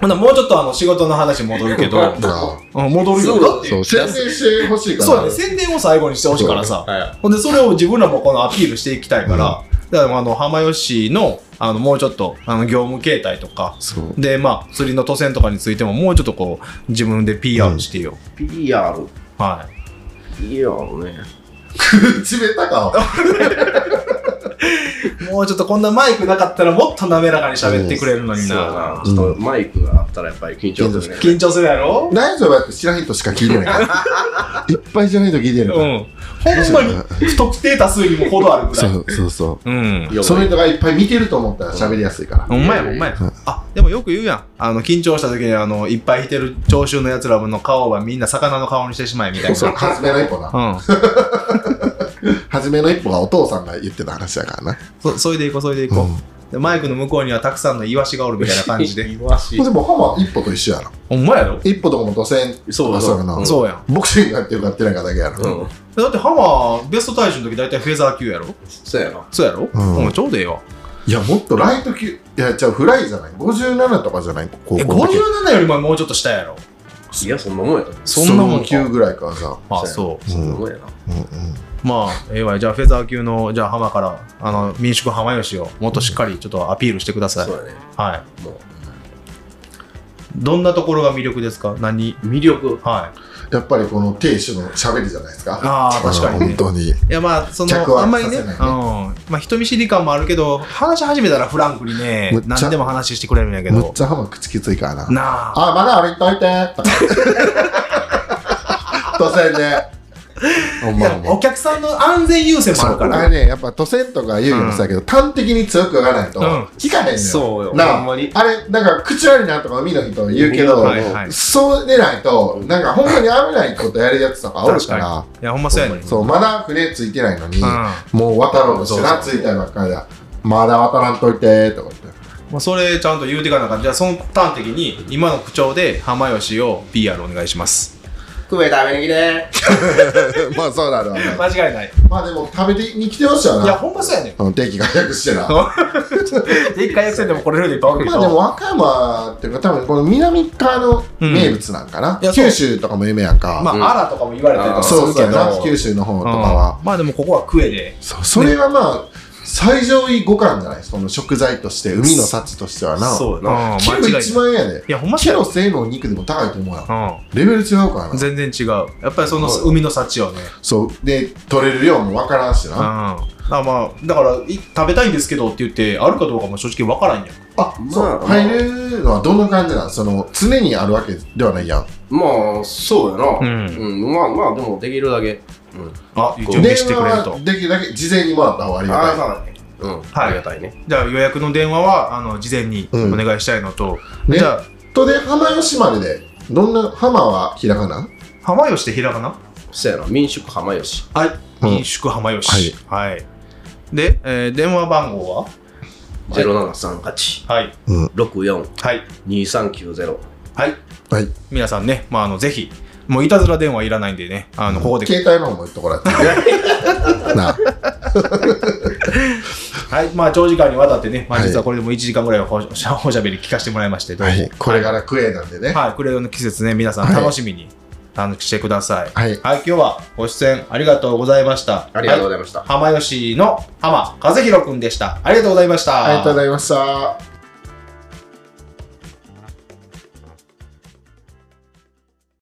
C: ほな、もうちょっとあの仕事の話戻るけど、
B: だか
C: うん戻る
D: そうだ
C: よ
D: っ。
B: ら
D: て
B: そう、宣伝してほしいか
C: そうや
B: ら
C: ね、。宣伝を最後にしてほしいからさ。
D: は
C: ほんで、それを自分らもこのアピールしていきたいから、だからあの、浜吉の、あの、もうちょっと、あの、業務形態とか、
B: そう。
C: で、まあ、釣りの渡船とかについても、もうちょっとこう、自分で PR してよ。
D: い。PR。
C: はい。
D: PR ね。
B: 口下手か。
C: もうちょっとこんなマイクなかったらもっと滑らかに喋ってくれるのに
D: そうや
C: な
D: な。ちょっとマイクがあったらやっぱり緊張するね。
C: 緊張するやろ
B: 大丈夫やって知らん人しか聞いてな
C: *laughs*
B: いから。いっぱい知らん人聞いて
C: うん
B: るから。
C: ほんまに不特定多数にも程あるぐ
B: そ
C: らいう
B: そうそ
C: うん
B: う。その人がいっぱい見てると思ったら喋りやすいから。
C: ほんまやほんまやあでもよく言うやんあの緊張した時にあのいっぱいいてる聴衆のやつらの顔はみんな魚の顔にしてしまえみたい
B: そう、
C: な
B: 初めの一歩な。
C: うん
B: 初めの一歩がお父さんが言ってた話だからな。
C: そそいでいこうそいでいこう、
B: うん
C: でマイクの向こうにはたくさんのイワシがおるみたいな感じで
B: でも、ハマは一歩と一緒やろ。
C: *laughs* ほんまやろ
B: 一歩とかも土線、
D: そう
B: あそうやな
D: うん
C: そうやん
B: ボクシングやってるかやってないかだけやろ。
D: うん。
C: だってハマーベスト体重の時大体フェザー級やろ
D: そうやな。
C: そうやろ、
B: うん
C: うん、ちょうどええわ
B: いや、もっとライト級、いや、じゃあフライじゃない。57とかじゃない高
C: え
B: 校の時。
C: 57よりももうちょっと下やろ
D: いや、そんなもんやと。
C: そんなもん
B: スロー級ぐらいからさ。
C: あそう
D: そんなもんやな。
B: うんうん。
C: まあ、ええわいじゃあ、フェザー級の、じゃあ、浜から、あの、民宿浜吉を、もっとしっかり、ちょっとアピールしてください。
D: そうやね。
C: はい。
D: も
C: どんなところが魅力ですか何
D: う、魅力。
C: はい。
B: やっぱりこの亭主の喋りじゃないですか。
C: あー確かにね
B: あの本当に。
C: いや、まあ、そ
B: 客
C: の、
B: は
C: あんまりね、
B: さ
C: うん
B: せないね。
C: まあ、人見知り感もあるけど、話し始めたらフランクにね
B: むっ、ちゃ
C: 何でも話してくれるんやけ
B: むっ
C: ど。
B: ちゃハマ口きついからな。
C: なあ。
B: あ、まだあれ言っといて。
C: *laughs*
B: *laughs* とか都線で。ほん
C: い
B: ま
C: や
B: ほんま
C: お客さんの安全優先もあ
B: そう
C: るか
B: あ
C: ら。
B: れね、やっぱ都線とか言うのもそうやけど、端的に強く言わないと、
C: うん
B: 聞かへんのよ。
D: そうよ
B: なあ
D: ほんまに
B: あれ、なんか、口悪いなとか海の人言うけど、
C: はいはい。い
B: そうでないと、なんか、ほんまに危ないことやるやつとかおるから、
C: や、ほんまそうやねん。
B: そう、まだ船ついてないのに、
C: うん
B: もう渡ろうとしてな、ついたばっかりだ。まだ渡らんといて、とか言って。
C: まあ、それちゃんと言うていかなあかん。じゃあ、その端的に、今の口調で、浜吉を PR お願いします。
D: 食え食べに来て。
C: *laughs*
B: まあ、そうなるわな。
C: 間違いない。
B: まあ、でも、食べてに来てほしいわ
C: いや、
B: な。
C: ほんまそうやねん。
B: うん、定期が早くしてな。
C: 一回戦でもこれよりいっぱいおるけ
B: まあ
C: ど。
B: でも和歌山っていうか多分この南側の名物なんかな、
C: いやそう
B: 九州とかも有名やんか、
C: まあ、アラとかも言われたりとかす
B: そ
C: る
B: うそう
C: け
B: やな
C: ど、
B: 九州の方とか
C: う
B: は
C: ん、まあでもここはクエで、
B: そうそれはまあ最上位五感じゃないその食材として海の幸としてはな
D: そうやな。
C: 間違い
B: キロ
C: ない。
B: 1
C: い
B: 万円やで
C: や、ほんま
B: キ
C: そう
B: ロ1000円のお肉でも高いと思うやん
C: や。
B: レベル違うから
C: うん。
B: な
C: 全然違う。やっぱりその海の幸をね。
B: そうで取れる量もわからんし
C: うん。あ
B: な
C: まあ、だから、い食べたいんですけどって言って、あるかどうかも正直わからんやん。
B: あ
D: まあ
B: そう
D: まあ
B: 入るのはどの感じなんその常にあるわけではないやん
D: まあ、そうやな。
C: うん
D: うん。まあまあ、でもできるだけ。うん。
C: あ、準備
B: 電
C: してくれる
B: 話
C: と
B: は。できるだけ事前にもらった方がありがたい
D: あ、そうだね。うん。
C: はい
D: ありがたいね。
C: じゃあ予約の電話は、あの、事前に
B: うん
C: お願いしたいのと、
B: ね
C: じゃあ、
B: とで浜吉まででどんな浜はひらがな
C: 浜吉ってひらがな
D: そうやな。民宿浜吉。
C: はい。
B: うん
C: 民宿浜吉。はい。で、えー電話番号は
D: ゼロ七三八
C: はい。
D: 六四
C: はい。
D: 二三九ゼロ。
C: はい。
B: はい
C: 皆さんね、まあ、あのぜひ、もういたずら電話いらないんでね、あのここで、 *laughs*
B: 携帯の方も言っとこらってなあ
C: はい、まあ、長時間にわたってね、まあ、
B: はい
C: 実はこれでも1時間ぐらいはおしゃおしゃべり聞かせてもらいまして、どうも
B: はい、これからクエなんでね。
C: はい、クレヨンの季節ね、皆さん楽しみに、あのしてください。
B: はい
C: 今日はご出演ありがとうございました。
D: ありがとうござい
C: ま
D: ました。
C: 浜吉の浜和弘くんでした。ありがとうございました。
B: ありがとうございました。